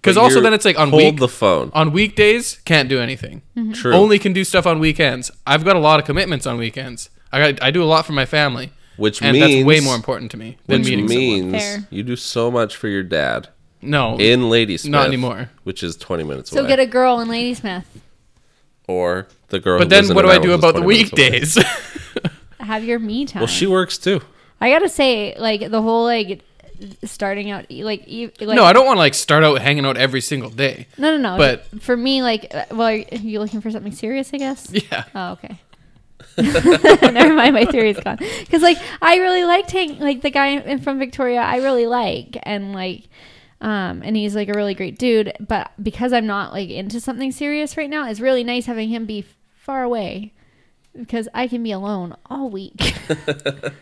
Speaker 3: Because
Speaker 2: But
Speaker 3: also
Speaker 2: you're-
Speaker 3: then it's like on
Speaker 2: hold
Speaker 3: week,
Speaker 2: the phone.
Speaker 3: on weekdays can't do anything.
Speaker 1: Mm-hmm.
Speaker 2: True.
Speaker 3: Only can do stuff on weekends. I've got a lot of commitments on weekends. I got, I do a lot for my family,
Speaker 2: Which
Speaker 3: and that's
Speaker 2: means-
Speaker 3: way more important to me than
Speaker 2: which
Speaker 3: meeting someone.
Speaker 2: means
Speaker 1: Fair.
Speaker 2: you do so much for your dad
Speaker 3: No,
Speaker 2: in Ladies.
Speaker 3: Not anymore.
Speaker 2: Which is 20 minutes
Speaker 1: So
Speaker 2: away.
Speaker 1: get a girl in Ladysmith.
Speaker 2: or the girl.
Speaker 3: but
Speaker 2: who
Speaker 3: then
Speaker 2: lives in
Speaker 3: what do I
Speaker 2: Nanaimo
Speaker 3: do
Speaker 2: is
Speaker 3: about the
Speaker 2: 20 minutes away.
Speaker 3: weekdays?
Speaker 1: Have your me time.
Speaker 2: Well, she works too.
Speaker 1: I gotta say, like the whole like starting out, like, e- like
Speaker 3: no, I don't want to like start out hanging out every single day.
Speaker 1: No, no, no.
Speaker 3: But-
Speaker 1: for me, like, uh, well, are you looking for something serious? I guess.
Speaker 3: Yeah.
Speaker 1: Oh, okay. Never mind, my theory's gone. Because like, I really liked hang like the guy in- from Victoria. I really like and like, um, and he's like a really great dude. But because I'm not like into something serious right now, it's really nice having him be far away because I can be alone all week.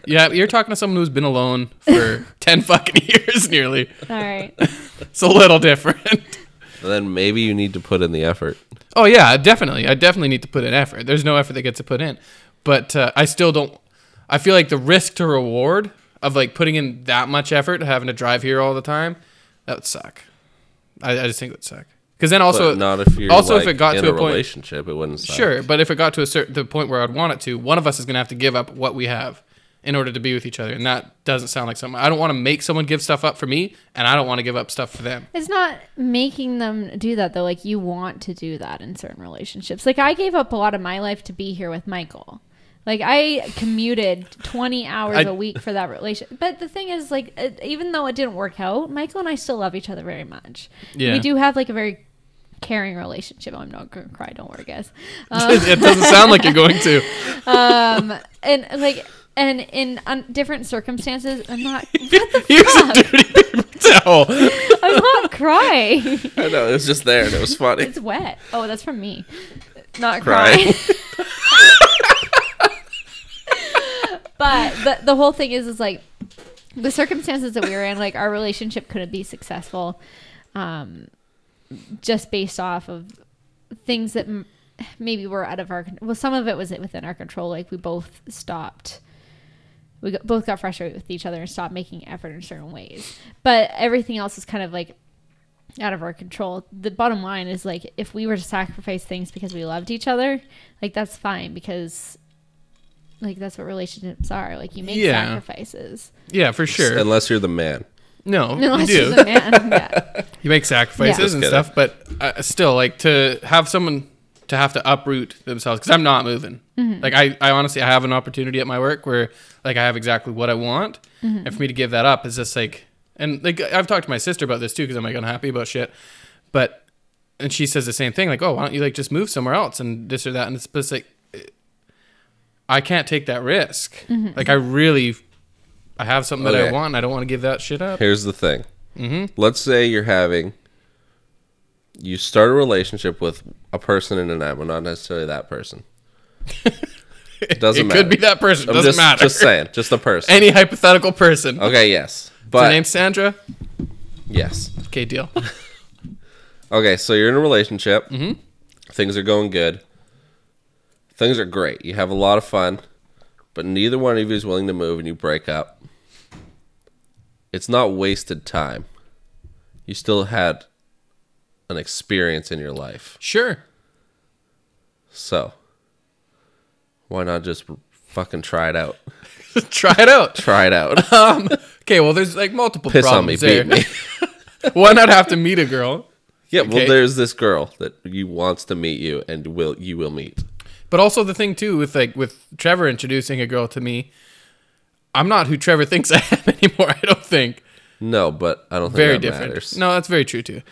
Speaker 3: Yeah, you're talking to someone who's been alone for 10 fucking years nearly.
Speaker 1: all right.
Speaker 3: It's a little different.
Speaker 2: Then maybe you need to put in the effort.
Speaker 3: Oh yeah, definitely. I definitely need to put in effort. There's no effort that gets to put in, but uh, I still don't. I feel like the risk to reward of like putting in that much effort, having to drive here all the time, that would suck. I, I just think it would suck. Because then also,
Speaker 2: But not if you're
Speaker 3: also if
Speaker 2: like,
Speaker 3: it got
Speaker 2: in
Speaker 3: to a
Speaker 2: a,
Speaker 3: point-
Speaker 2: relationship, it wouldn't. Suck.
Speaker 3: sure. But if it got to a certain the point where I'd want it to, one of us is gonna have to give up what we have in order to be with each other, and that doesn't sound like something. I don't want to make someone give stuff up for me, and I don't want to give up stuff for them.
Speaker 1: It's not making them do that though. Like you want to do that in certain relationships. Like I gave up a lot of my life to be here with Michael. Like I commuted 20 hours
Speaker 3: I-
Speaker 1: a week for that relation. But the thing is like it, even though it didn't work out, Michael and I still love each other very much.
Speaker 3: Yeah.
Speaker 1: We do have like a very caring relationship. I'm not going to cry, don't worry guys.
Speaker 3: it doesn't sound like you're going to.
Speaker 1: Um and like and in un- different circumstances, I'm not what the
Speaker 3: Here's
Speaker 1: fuck?
Speaker 3: a dirty paper towel.
Speaker 1: I'm not crying.
Speaker 2: I know it was just there and it was funny.
Speaker 1: It's wet. Oh, that's from me. Not
Speaker 2: Crying.
Speaker 1: crying. but the the whole thing is is like the circumstances that we were in, like our relationship couldn't be successful, um, just based off of things that m- maybe were out of our con- well, some of it was within our control. Like we both stopped. We got, both got frustrated with each other and stopped making effort in certain ways. But everything else is kind of like out of our control. The bottom line is like if we were to sacrifice things because we loved each other, like that's fine because like that's what relationships are. Like you make
Speaker 3: Yeah.
Speaker 1: sacrifices.
Speaker 3: Yeah, for sure.
Speaker 2: Unless you're the man.
Speaker 3: No,
Speaker 1: No,
Speaker 3: you
Speaker 1: it's
Speaker 3: do.
Speaker 1: just a man. Yeah.
Speaker 3: You make sacrifices
Speaker 2: Yeah.
Speaker 3: and
Speaker 2: Just
Speaker 3: stuff, but uh, still, like to have someone to have to uproot themselves because I'm not moving.
Speaker 2: Mm-hmm.
Speaker 3: Like I, I honestly, I have an opportunity at my work where like I have exactly what I want,
Speaker 2: Mm-hmm.
Speaker 3: and for me to give that up is just like, and like I've talked to my sister about this too because I'm like unhappy about shit, but and she says the same thing like, oh, why don't you like just move somewhere else and this or that, and it's just like, I can't take that risk.
Speaker 2: Mm-hmm.
Speaker 3: Like I really, I have something that I
Speaker 2: Okay.
Speaker 3: want, and I don't want to give that shit up.
Speaker 2: Here's the thing. Mm-hmm. Let's say you're having, you start a relationship with a person in an app, but not necessarily that person. It doesn't
Speaker 3: it
Speaker 2: matter.
Speaker 3: could be that person.
Speaker 2: I'm
Speaker 3: doesn't
Speaker 2: just,
Speaker 3: matter.
Speaker 2: Just saying, just a person.
Speaker 3: any hypothetical person.
Speaker 2: okay, yes,
Speaker 3: Her
Speaker 2: but
Speaker 3: name's Sandra.
Speaker 2: yes.
Speaker 3: Okay, deal.
Speaker 2: Okay, so you're in a relationship. Mm-hmm. Things are going good. Things are great. You have a lot of fun, but neither one of you is willing to move, and you break up. It's not wasted time. You still had an experience in your life,
Speaker 3: Sure.
Speaker 2: so why not just fucking try it out?
Speaker 3: Try it out.
Speaker 2: Try it out.
Speaker 3: Um, okay, well, there's like multiple
Speaker 2: Piss on me,
Speaker 3: problems there.
Speaker 2: beat me.
Speaker 3: Why not have to meet a girl?
Speaker 2: Yeah,
Speaker 3: Okay.
Speaker 2: well, there's this girl that you wants to meet you, and will you will meet.
Speaker 3: But also the thing too with like with Trevor introducing a girl to me, I'm not who Trevor thinks I am anymore. I don't think.
Speaker 2: No, but I don't think
Speaker 3: Very
Speaker 2: that
Speaker 3: different.
Speaker 2: matters.
Speaker 3: No, that's very true too.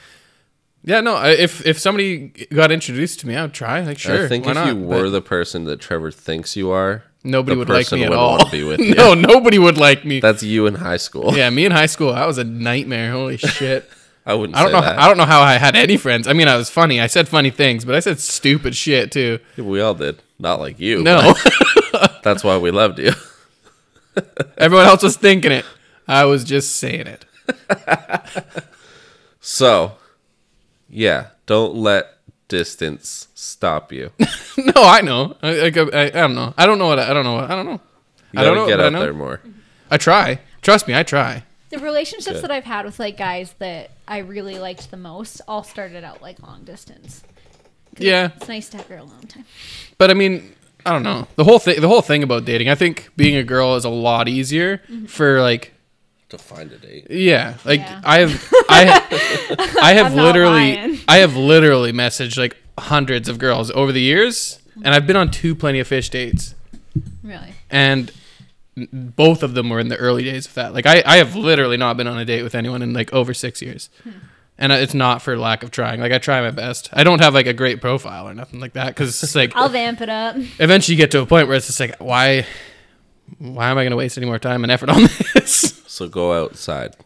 Speaker 3: Yeah, no. I- If if somebody got introduced to me, I would try. Like, sure.
Speaker 2: I think
Speaker 3: why
Speaker 2: if
Speaker 3: not?
Speaker 2: you were
Speaker 3: But
Speaker 2: the person that Trevor thinks you are,
Speaker 3: nobody
Speaker 2: the
Speaker 3: would like
Speaker 2: person
Speaker 3: me at
Speaker 2: wouldn't
Speaker 3: all.
Speaker 2: wanna be with you.
Speaker 3: no, nobody would like me.
Speaker 2: that's you in high school.
Speaker 3: yeah, me in high school, that was a nightmare. Holy shit.
Speaker 2: I wouldn't.
Speaker 3: I don't
Speaker 2: say
Speaker 3: know.
Speaker 2: That.
Speaker 3: I don't know how I had any friends. I mean, I was funny. I said funny things, but I said stupid shit too.
Speaker 2: we all did. Not like you.
Speaker 3: No,
Speaker 2: but that's why we loved you.
Speaker 3: everyone else was thinking it. I was just saying it.
Speaker 2: So, yeah, don't let distance stop you. You
Speaker 3: No, I know. I, I, I, I don't know. I don't know what. I, I don't know. What, I don't know. I
Speaker 2: gotta
Speaker 3: don't know.
Speaker 2: get
Speaker 3: but I
Speaker 2: out
Speaker 3: know.
Speaker 2: there more.
Speaker 3: I try. Trust me, I try.
Speaker 1: The relationships that I've had with like guys that I really liked the most all started out like long distance.
Speaker 3: Yeah,
Speaker 1: It's nice to have her a long time.
Speaker 3: but I mean, I don't know. The whole thing. The whole thing about dating. I think being a girl is a lot easier
Speaker 2: Mm-hmm.
Speaker 3: for like.
Speaker 2: To find a date.
Speaker 3: Yeah, like
Speaker 1: Yeah.
Speaker 3: I have. I I have
Speaker 1: I'm not
Speaker 3: literally.
Speaker 1: lying.
Speaker 3: I have literally messaged like hundreds of girls over the years, and I've been on two plenty of fish dates.
Speaker 1: Really.
Speaker 3: and n- both of them were in the early days of that. Like I, I have literally not been on a date with anyone in like over six years,
Speaker 1: Hmm.
Speaker 3: and I- it's not for lack of trying. Like I try my best. I don't have like a great profile or nothing like that because it's just, like
Speaker 1: I'll vamp it up.
Speaker 3: eventually you get to a point where it's just like why, why am I going to waste any more time and effort on this?
Speaker 2: So go outside,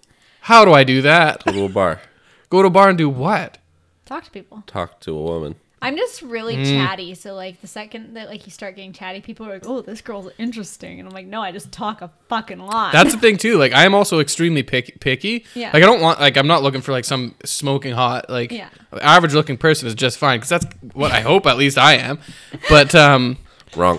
Speaker 3: How do I do that?
Speaker 2: go to a bar,
Speaker 3: Go to a bar and do what?
Speaker 1: Talk to people.
Speaker 2: talk to a woman.
Speaker 1: I'm just really
Speaker 3: Mm.
Speaker 1: chatty, so like the second that like you start getting chatty, people are like, "Oh, this girl's interesting," and I'm like, "No, I just talk a fucking lot."
Speaker 3: That's the thing too. Like I am also extremely pick, picky.
Speaker 1: Yeah.
Speaker 3: Like I don't want like I'm not looking for like some smoking hot like
Speaker 1: Yeah.
Speaker 3: average looking person is just fine because that's what I hope at least I am. But um,
Speaker 2: Wrong.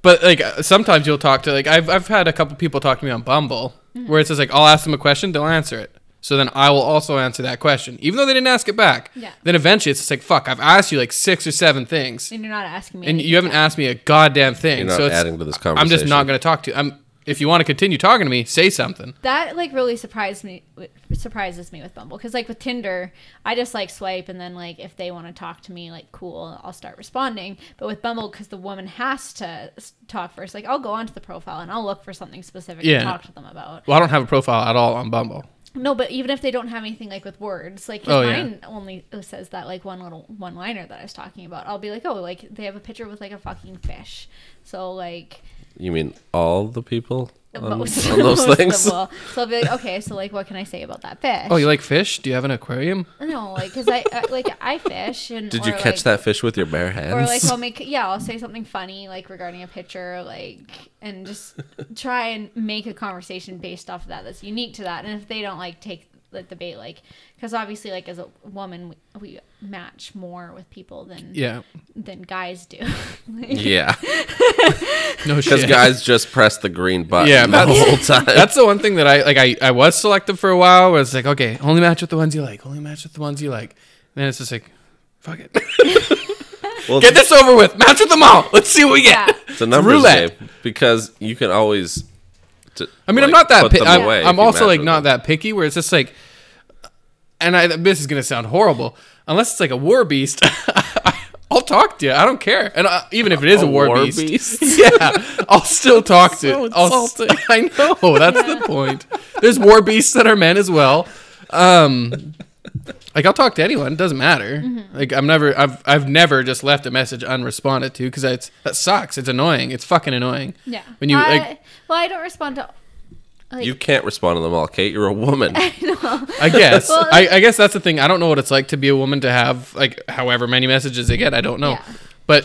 Speaker 3: but like uh, sometimes you'll talk to like I've I've had a couple people talk to me on Bumble
Speaker 1: Mm-hmm.
Speaker 3: where it says like I'll ask them a question, they'll answer it. So then I will also answer that question, even though they didn't ask it back.
Speaker 1: Yeah.
Speaker 3: Then eventually it's just like fuck, I've asked you like six or seven things,
Speaker 1: and you're not asking me.
Speaker 3: and
Speaker 1: anything.
Speaker 3: you haven't asked me a goddamn thing.
Speaker 2: You're not
Speaker 3: so it's,
Speaker 2: adding to this
Speaker 3: I'm
Speaker 2: conversation.
Speaker 3: just not going to talk to you. I'm if you want to continue talking to me, say something.
Speaker 1: That like really surprised me. Surprises me with Bumble because like with Tinder, I just like swipe and then like if they want to talk to me, like cool, I'll start responding. But with Bumble, because the woman has to s- talk first, like I'll go onto the profile and I'll look for something specific
Speaker 3: Yeah.
Speaker 1: to talk to them about.
Speaker 3: Well, I don't have a profile at all on Bumble.
Speaker 1: No, but even if they don't have anything like with words, like 'cause
Speaker 3: Oh, yeah.
Speaker 1: mine only says that like one little one liner that I was talking about. I'll be like, oh, like they have a picture with like a fucking fish. So like
Speaker 2: You mean all the people on,
Speaker 1: most,
Speaker 2: on those
Speaker 1: most of
Speaker 2: things?
Speaker 1: them will. So I'll be like, okay, so like what can I say about that fish?
Speaker 3: Oh, you like fish? Do you have an aquarium?
Speaker 1: no, like because I, I like I fish and
Speaker 2: Did
Speaker 1: or,
Speaker 2: you catch
Speaker 1: like,
Speaker 2: that fish with your bare hands?
Speaker 1: Or like I'll make yeah, I'll say something funny like regarding a picture, like and just try and make a conversation based off of that that's unique to that. And if they don't like take the debate, like because obviously like as a woman we, we match more with people than
Speaker 3: Yeah.
Speaker 1: than guys do.
Speaker 2: yeah,
Speaker 3: No
Speaker 2: because
Speaker 3: shit.
Speaker 2: guys just press the green button
Speaker 3: Yeah,
Speaker 2: the
Speaker 3: that's-
Speaker 2: whole time.
Speaker 3: That's the one thing that I like. I, I was selective for a while. Where it's like, okay, only match with the ones you like. Only match with the ones you like. And then it's just like, fuck it,
Speaker 2: well,
Speaker 3: get this over with. Match with them all. Let's see what we get.
Speaker 1: Yeah.
Speaker 2: It's a numbers
Speaker 3: roulette.
Speaker 2: game because you can always. t-
Speaker 3: I mean, I'm
Speaker 2: like,
Speaker 3: not that.
Speaker 2: put
Speaker 3: Pi-
Speaker 2: them
Speaker 3: I'm,
Speaker 2: away if
Speaker 3: I'm
Speaker 2: you
Speaker 3: also
Speaker 2: match
Speaker 3: like
Speaker 2: with
Speaker 3: not
Speaker 2: them.
Speaker 3: that picky. Where it's just like, and I this is gonna sound horrible unless it's like a war beast. I'll talk to you. I don't care. And uh, even if it is a,
Speaker 2: A
Speaker 3: war,
Speaker 2: war
Speaker 3: beast,
Speaker 2: beast?
Speaker 3: yeah, I'll still talk to.
Speaker 2: So
Speaker 3: I'll st- I know that's the point. There's war beasts that are men as well. Um, like I'll talk to anyone. It doesn't matter.
Speaker 1: Mm-hmm.
Speaker 3: Like I'm never. I've I've never just left a message unresponded to because that's that sucks. It's annoying. It's fucking annoying.
Speaker 1: yeah.
Speaker 3: When you
Speaker 1: I,
Speaker 3: like,
Speaker 1: well, I don't respond to. Like,
Speaker 2: You can't respond to them all, Kate. You're a woman.
Speaker 3: I guess.
Speaker 1: Well,
Speaker 3: I, I guess that's the thing. I don't know what it's like to be a woman to have like however many messages they get. I don't know.
Speaker 1: Yeah.
Speaker 3: But,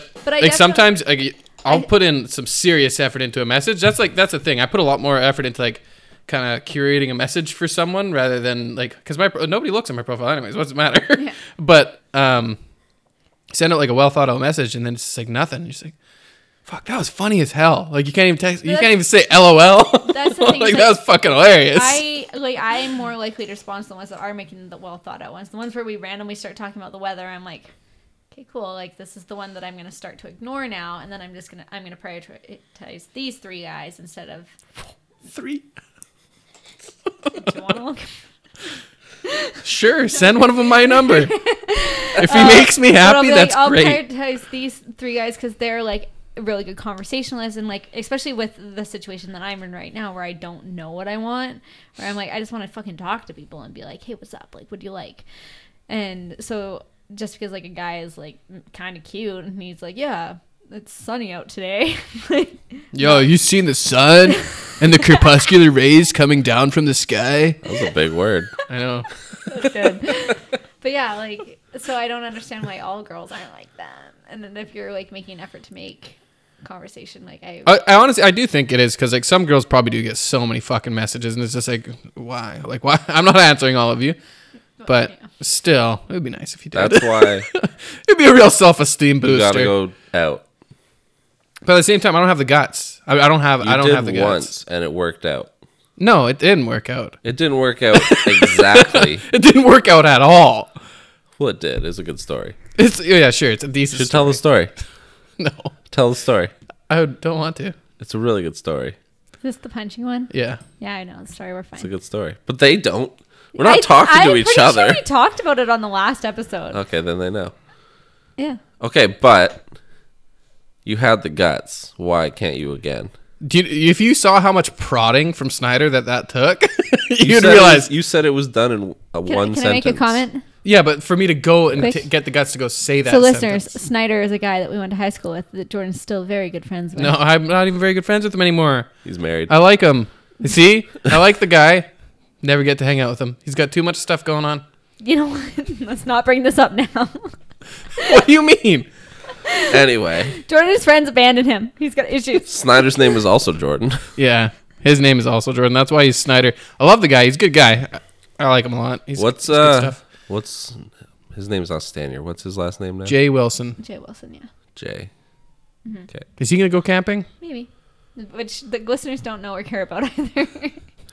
Speaker 1: But I
Speaker 3: like
Speaker 1: definitely-
Speaker 3: sometimes like, I'll put in some serious effort into a message. That's like that's the thing. I put a lot more effort into like kind of curating a message for someone rather than like because my pro- nobody looks at my profile anyways. What's the matter?
Speaker 1: Yeah.
Speaker 3: but um, send out like a well thought out message and then it's just like nothing. You're just like. Fuck, that was funny as hell. Like you can't even text. You
Speaker 1: That's-
Speaker 3: can't even say LOL.
Speaker 1: That's the thing,
Speaker 3: like
Speaker 1: it's
Speaker 3: that
Speaker 1: like,
Speaker 3: was fucking hilarious.
Speaker 1: I like I'm more likely to respond to the ones that are making the well thought out ones. The ones where we randomly start talking about the weather, I'm like, okay, cool. Like this is the one that I'm gonna start to ignore now, and then I'm just gonna I'm gonna prioritize these three guys instead of.
Speaker 3: Three.
Speaker 1: Do you want to look?
Speaker 3: Sure, send one of them my number. If he makes me
Speaker 1: Um, But I'll
Speaker 3: happy,
Speaker 1: be
Speaker 3: that's
Speaker 1: like, I'll
Speaker 3: great.
Speaker 1: prioritize these three guys because they're like really good conversationalists and like especially with the situation that I'm in right now where I don't know what I want where I'm like I just want to fucking talk to people and be like hey what's up like what do you like and so just because like a guy is like kind of cute and he's like yeah it's sunny out today like
Speaker 3: Yo, you seen the sun and the crepuscular rays coming down from the sky?
Speaker 2: That was a big word.
Speaker 3: I know.
Speaker 1: good. but yeah, like so I don't understand why all girls aren't like that. And then if you're like making an effort to make conversation, like I,
Speaker 3: I, I honestly, I do think it is because like some girls probably do get so many fucking messages, and it's just like, why? Like, why? I'm not answering all of you, but
Speaker 1: yeah.
Speaker 3: still, it would be nice if you did.
Speaker 2: That's why
Speaker 3: It'd be a real self-esteem
Speaker 2: you gotta
Speaker 3: booster.
Speaker 2: go out.
Speaker 3: But at the same time, I don't have the guts. I, I don't have.
Speaker 2: You
Speaker 3: I don't
Speaker 2: did
Speaker 3: have the guts.
Speaker 2: once, and it worked out.
Speaker 3: No, it didn't work out.
Speaker 2: It didn't work out exactly.
Speaker 3: It didn't work out at all.
Speaker 2: well, it did. It's a good story.
Speaker 3: It's yeah, sure, it's a decent.
Speaker 2: Should tell the story.
Speaker 3: No,
Speaker 2: Tell the story.
Speaker 3: I don't want to.
Speaker 2: It's a really good story.
Speaker 1: is this the punching one?
Speaker 3: Yeah.
Speaker 1: Yeah, I know the story. We're fine.
Speaker 2: It's a good story. But they don't. We're not
Speaker 1: I-
Speaker 2: talking
Speaker 1: I'm
Speaker 2: to each
Speaker 1: pretty
Speaker 2: other. Uh,
Speaker 1: Sure we talked about it on the last episode.
Speaker 2: okay, then they know.
Speaker 1: yeah,
Speaker 2: Okay, but you had the guts. Why can't you again?
Speaker 3: Do you, if you saw how much prodding from Snyder that that took,
Speaker 2: You
Speaker 3: you'd
Speaker 2: said it
Speaker 3: realize.
Speaker 2: was- you said it was done in a
Speaker 1: can, I,
Speaker 2: one
Speaker 1: can I
Speaker 2: sentence.
Speaker 1: make a comment?
Speaker 3: yeah, but for me to go and
Speaker 1: Quick.
Speaker 3: t- get the guts to go say that.
Speaker 1: so, listeners,
Speaker 3: sentence.
Speaker 1: Snyder is a guy that we went to high school with that Jordan's still very good friends with.
Speaker 3: No, I'm not even very good friends with him anymore.
Speaker 2: He's married.
Speaker 3: I like him. You See, I like the guy. Never get to hang out with him. He's got too much stuff going on.
Speaker 1: You know what? Let's not bring this up now.
Speaker 3: What do you mean?
Speaker 2: Anyway,
Speaker 1: Jordan's friends abandoned him. He's got issues.
Speaker 2: Snyder's name is also Jordan.
Speaker 3: Yeah, his name is also Jordan. That's why he's Snyder. I love the guy. He's a good guy. I, I like him a lot. He's,
Speaker 2: What's
Speaker 3: he's
Speaker 2: uh? What's his name's not Stanier. What's his last name now?
Speaker 3: Jay Wilson?
Speaker 1: Jay Wilson, yeah.
Speaker 2: Jay.
Speaker 3: Is he gonna go camping?
Speaker 1: Maybe. Which the listeners don't know or care about either.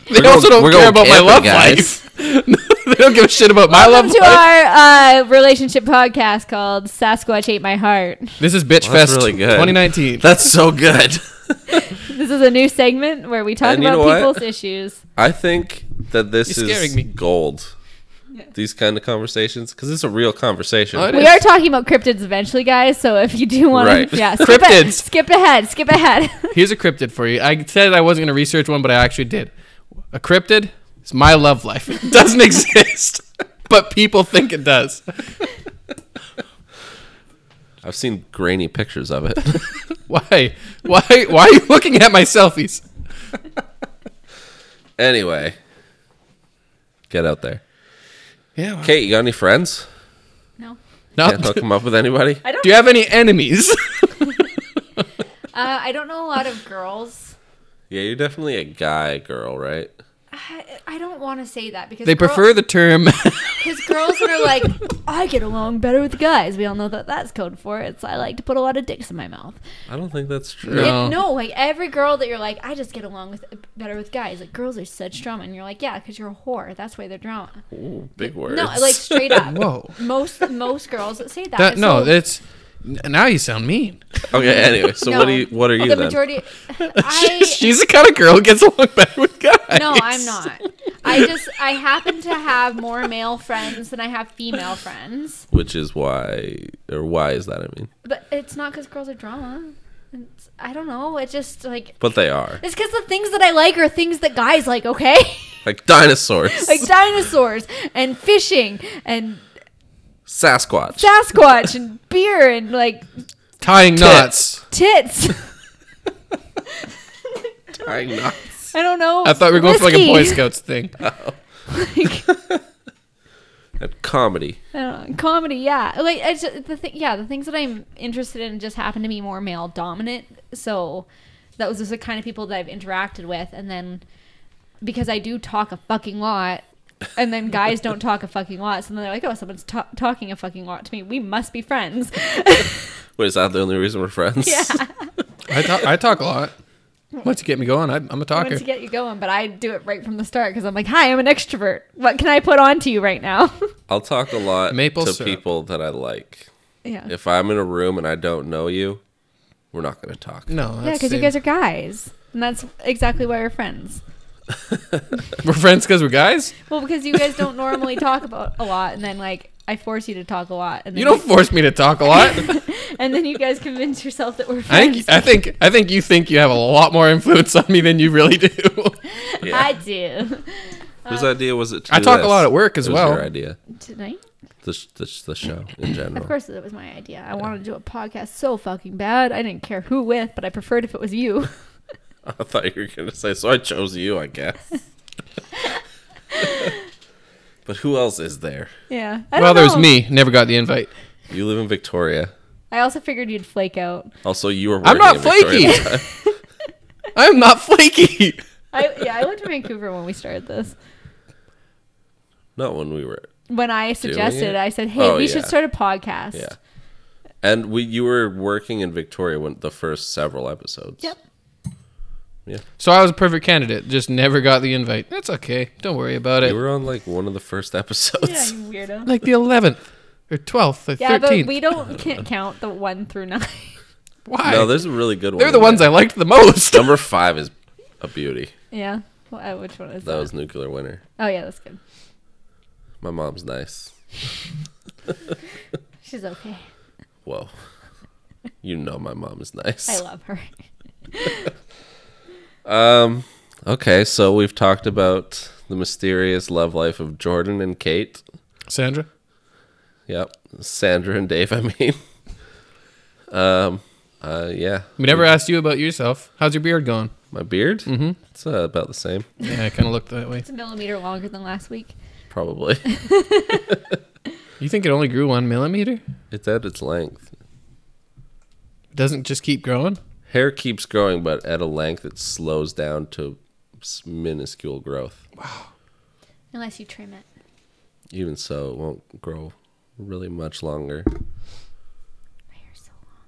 Speaker 3: They
Speaker 2: We're
Speaker 3: also
Speaker 2: going-
Speaker 3: don't
Speaker 2: we're
Speaker 3: care
Speaker 2: going
Speaker 3: about my
Speaker 2: camping,
Speaker 3: love
Speaker 2: guys.
Speaker 3: life. they don't give a shit about my
Speaker 1: Welcome
Speaker 3: love
Speaker 1: to
Speaker 3: life.
Speaker 1: our uh, relationship podcast called Sasquatch Ate My Heart.
Speaker 3: This is Bitch
Speaker 2: Well, that's
Speaker 3: Fest
Speaker 2: really good.
Speaker 3: 2019.
Speaker 2: That's so good.
Speaker 1: This is is a new segment where we talk
Speaker 2: And you
Speaker 1: about
Speaker 2: know what?
Speaker 1: people's issues.
Speaker 2: I think that this
Speaker 3: You're
Speaker 2: is
Speaker 3: scaring me.
Speaker 2: gold. These kind of conversations, because it's a real conversation.
Speaker 3: Oh, it
Speaker 1: We
Speaker 3: is.
Speaker 1: are talking about cryptids eventually, guys. So if you do want
Speaker 2: Right.
Speaker 1: to, yeah, skip
Speaker 3: Cryptids.
Speaker 1: it, skip ahead, skip ahead.
Speaker 3: Here's a cryptid for you. I said I wasn't going to research one, but I actually did. A cryptid is my love life. It doesn't exist, but people think it does.
Speaker 2: I've seen grainy pictures of it.
Speaker 3: Why? Why? Why are you looking at my selfies?
Speaker 2: anyway, get out there.
Speaker 3: Yeah. well-
Speaker 2: Kate, you got any friends?
Speaker 1: no,
Speaker 3: No.
Speaker 2: Can't hook them up with anybody?
Speaker 1: I don't.
Speaker 3: Do you have any enemies?
Speaker 1: Uh, I don't know a lot of girls.
Speaker 2: Yeah, you're definitely a guy girl, right?
Speaker 1: I, I don't want to say that because
Speaker 3: they
Speaker 1: girl-
Speaker 3: prefer the term.
Speaker 1: because girls that are like, I get along better with guys. We all know that that's code for it. It's I like to put a lot of dicks in my mouth.
Speaker 2: I don't think that's true.
Speaker 3: No.
Speaker 1: If- no, like every girl that you're like, I just get along with better with guys. Like girls are such drama, and you're like, yeah, because you're a whore. That's why they're drama.
Speaker 2: Ooh, big words.
Speaker 1: No, like straight up.
Speaker 3: Whoa.
Speaker 1: Most most girls that say that.
Speaker 3: That,
Speaker 1: so-
Speaker 3: no, it's n- now you sound mean.
Speaker 2: okay. Anyway, so
Speaker 1: no.
Speaker 2: what do you? What are you
Speaker 1: The
Speaker 2: then?
Speaker 1: majority. I
Speaker 3: She's the kind of girl who gets along better with guys.
Speaker 1: no, I'm not. I just I happen to have more male friends than I have female friends.
Speaker 2: Which is why, or why is that? I mean,
Speaker 1: But it's not because girls are drama. It's, I don't know. It's just like
Speaker 2: but they are
Speaker 1: it's because the things that I like are things that guys like. Okay,
Speaker 2: like dinosaurs,
Speaker 1: like dinosaurs and fishing and
Speaker 2: Sasquatch.
Speaker 1: Sasquatch and beer and like
Speaker 3: Tying knots.
Speaker 1: tits.
Speaker 2: I knots.
Speaker 1: I don't know.
Speaker 3: I thought we were going for like a Boy
Speaker 1: Whiskey.
Speaker 3: Scouts thing.
Speaker 1: Like,
Speaker 2: And comedy.
Speaker 1: I don't know. Comedy, yeah. Like I just, the thing, yeah, the things that I'm interested in just happen to be more male dominant. So that was just the kind of people that I've interacted with, and then because I do talk a fucking lot. And then guys don't talk a fucking lot, so then they're like, "Oh, someone's ta- talking a fucking lot to me. We must be friends."
Speaker 2: Wait, is that the only reason we're friends?
Speaker 1: yeah,
Speaker 3: I talk, I talk a lot. Once you get me going, I, I'm a talker.
Speaker 1: wanted to get you going, but I do it right from the start because I'm like, "Hi, I'm an extrovert. What can I put on to you right now?"
Speaker 2: I'll talk a lot
Speaker 3: Maple
Speaker 2: to
Speaker 3: syrup.
Speaker 2: people that I like.
Speaker 1: yeah,
Speaker 2: If I'm in a room and I don't know you, we're not going to talk.
Speaker 3: no,
Speaker 1: yeah, because you guys are guys, and that's exactly why we're friends.
Speaker 3: we're friends because we're guys.
Speaker 1: Well, because you guys don't normally talk about a lot, and then like I force you to talk a lot, and then
Speaker 3: You don't force me to talk a lot.
Speaker 1: and then you guys convince yourself that we're
Speaker 3: I
Speaker 1: friends.
Speaker 3: think I think I think you think you have a lot more influence on me than you really do.
Speaker 1: I do Uh,
Speaker 2: Whose idea was it? To
Speaker 3: I
Speaker 2: do
Speaker 3: talk a
Speaker 2: this?
Speaker 3: lot at work as
Speaker 2: It was
Speaker 3: well.
Speaker 2: Your idea,
Speaker 1: tonight.
Speaker 2: the sh- the, sh- the show in general.
Speaker 1: Of course, that was my idea. I wanted to do a podcast so fucking bad. I didn't care who with, but I preferred if it was you.
Speaker 2: I thought you were going to say, so I chose you, I guess. but who else is there?
Speaker 1: yeah. I
Speaker 3: well,
Speaker 1: don't
Speaker 3: there's
Speaker 1: know.
Speaker 3: me. Never got the invite.
Speaker 2: You live in Victoria.
Speaker 1: I also figured you'd flake out.
Speaker 2: Also, you were. working
Speaker 3: I'm not
Speaker 2: in Victoria at the time.
Speaker 3: I'm not flaky.
Speaker 1: I yeah. I lived in Vancouver when we started this.
Speaker 2: not when we were.
Speaker 1: When I
Speaker 2: it?
Speaker 1: suggested, I said, "Hey,
Speaker 2: Oh,
Speaker 1: we
Speaker 2: yeah.
Speaker 1: should start a podcast."
Speaker 2: Yeah. And we, you were working in Victoria when the first several episodes.
Speaker 1: Yep.
Speaker 3: So I was a perfect candidate. Just never got the invite. That's okay. Don't worry about
Speaker 2: You
Speaker 3: it.
Speaker 2: were on like one of the first episodes.
Speaker 1: Yeah, you weirdo.
Speaker 3: Like the 11th or 12th or
Speaker 1: Yeah,
Speaker 3: 13th.
Speaker 1: but we don't can't count the one through nine.
Speaker 3: Why?
Speaker 2: No, there's a really good one.
Speaker 3: They're the
Speaker 2: in
Speaker 3: ones I
Speaker 2: there.
Speaker 3: liked the most.
Speaker 2: Number five is a beauty.
Speaker 1: yeah. Well, uh, which one is
Speaker 2: That was Nuclear Winter.
Speaker 1: Oh yeah, that's good.
Speaker 2: My mom's nice.
Speaker 1: She's okay.
Speaker 2: Whoa. You know my mom is nice.
Speaker 1: I love her.
Speaker 2: Um. Okay, so we've talked about the mysterious love life of Jordan and Kate.
Speaker 3: Sandra.
Speaker 2: Yep, Sandra and Dave. I mean. Um. Uh. Yeah.
Speaker 3: We never asked you about yourself. How's your beard going?
Speaker 2: My beard. Mm-hmm. It's uh, about the same,
Speaker 3: Yeah, I kind of looked that way.
Speaker 1: It's a millimeter longer than last week.
Speaker 2: probably.
Speaker 3: You think it only grew one millimeter?
Speaker 2: it's at its length.
Speaker 3: It doesn't just keep growing?
Speaker 2: Hair keeps growing, but at a length it slows down to s- minuscule growth.
Speaker 1: Unless you trim it.
Speaker 2: Even so, it won't grow really much longer.
Speaker 1: My hair's so long.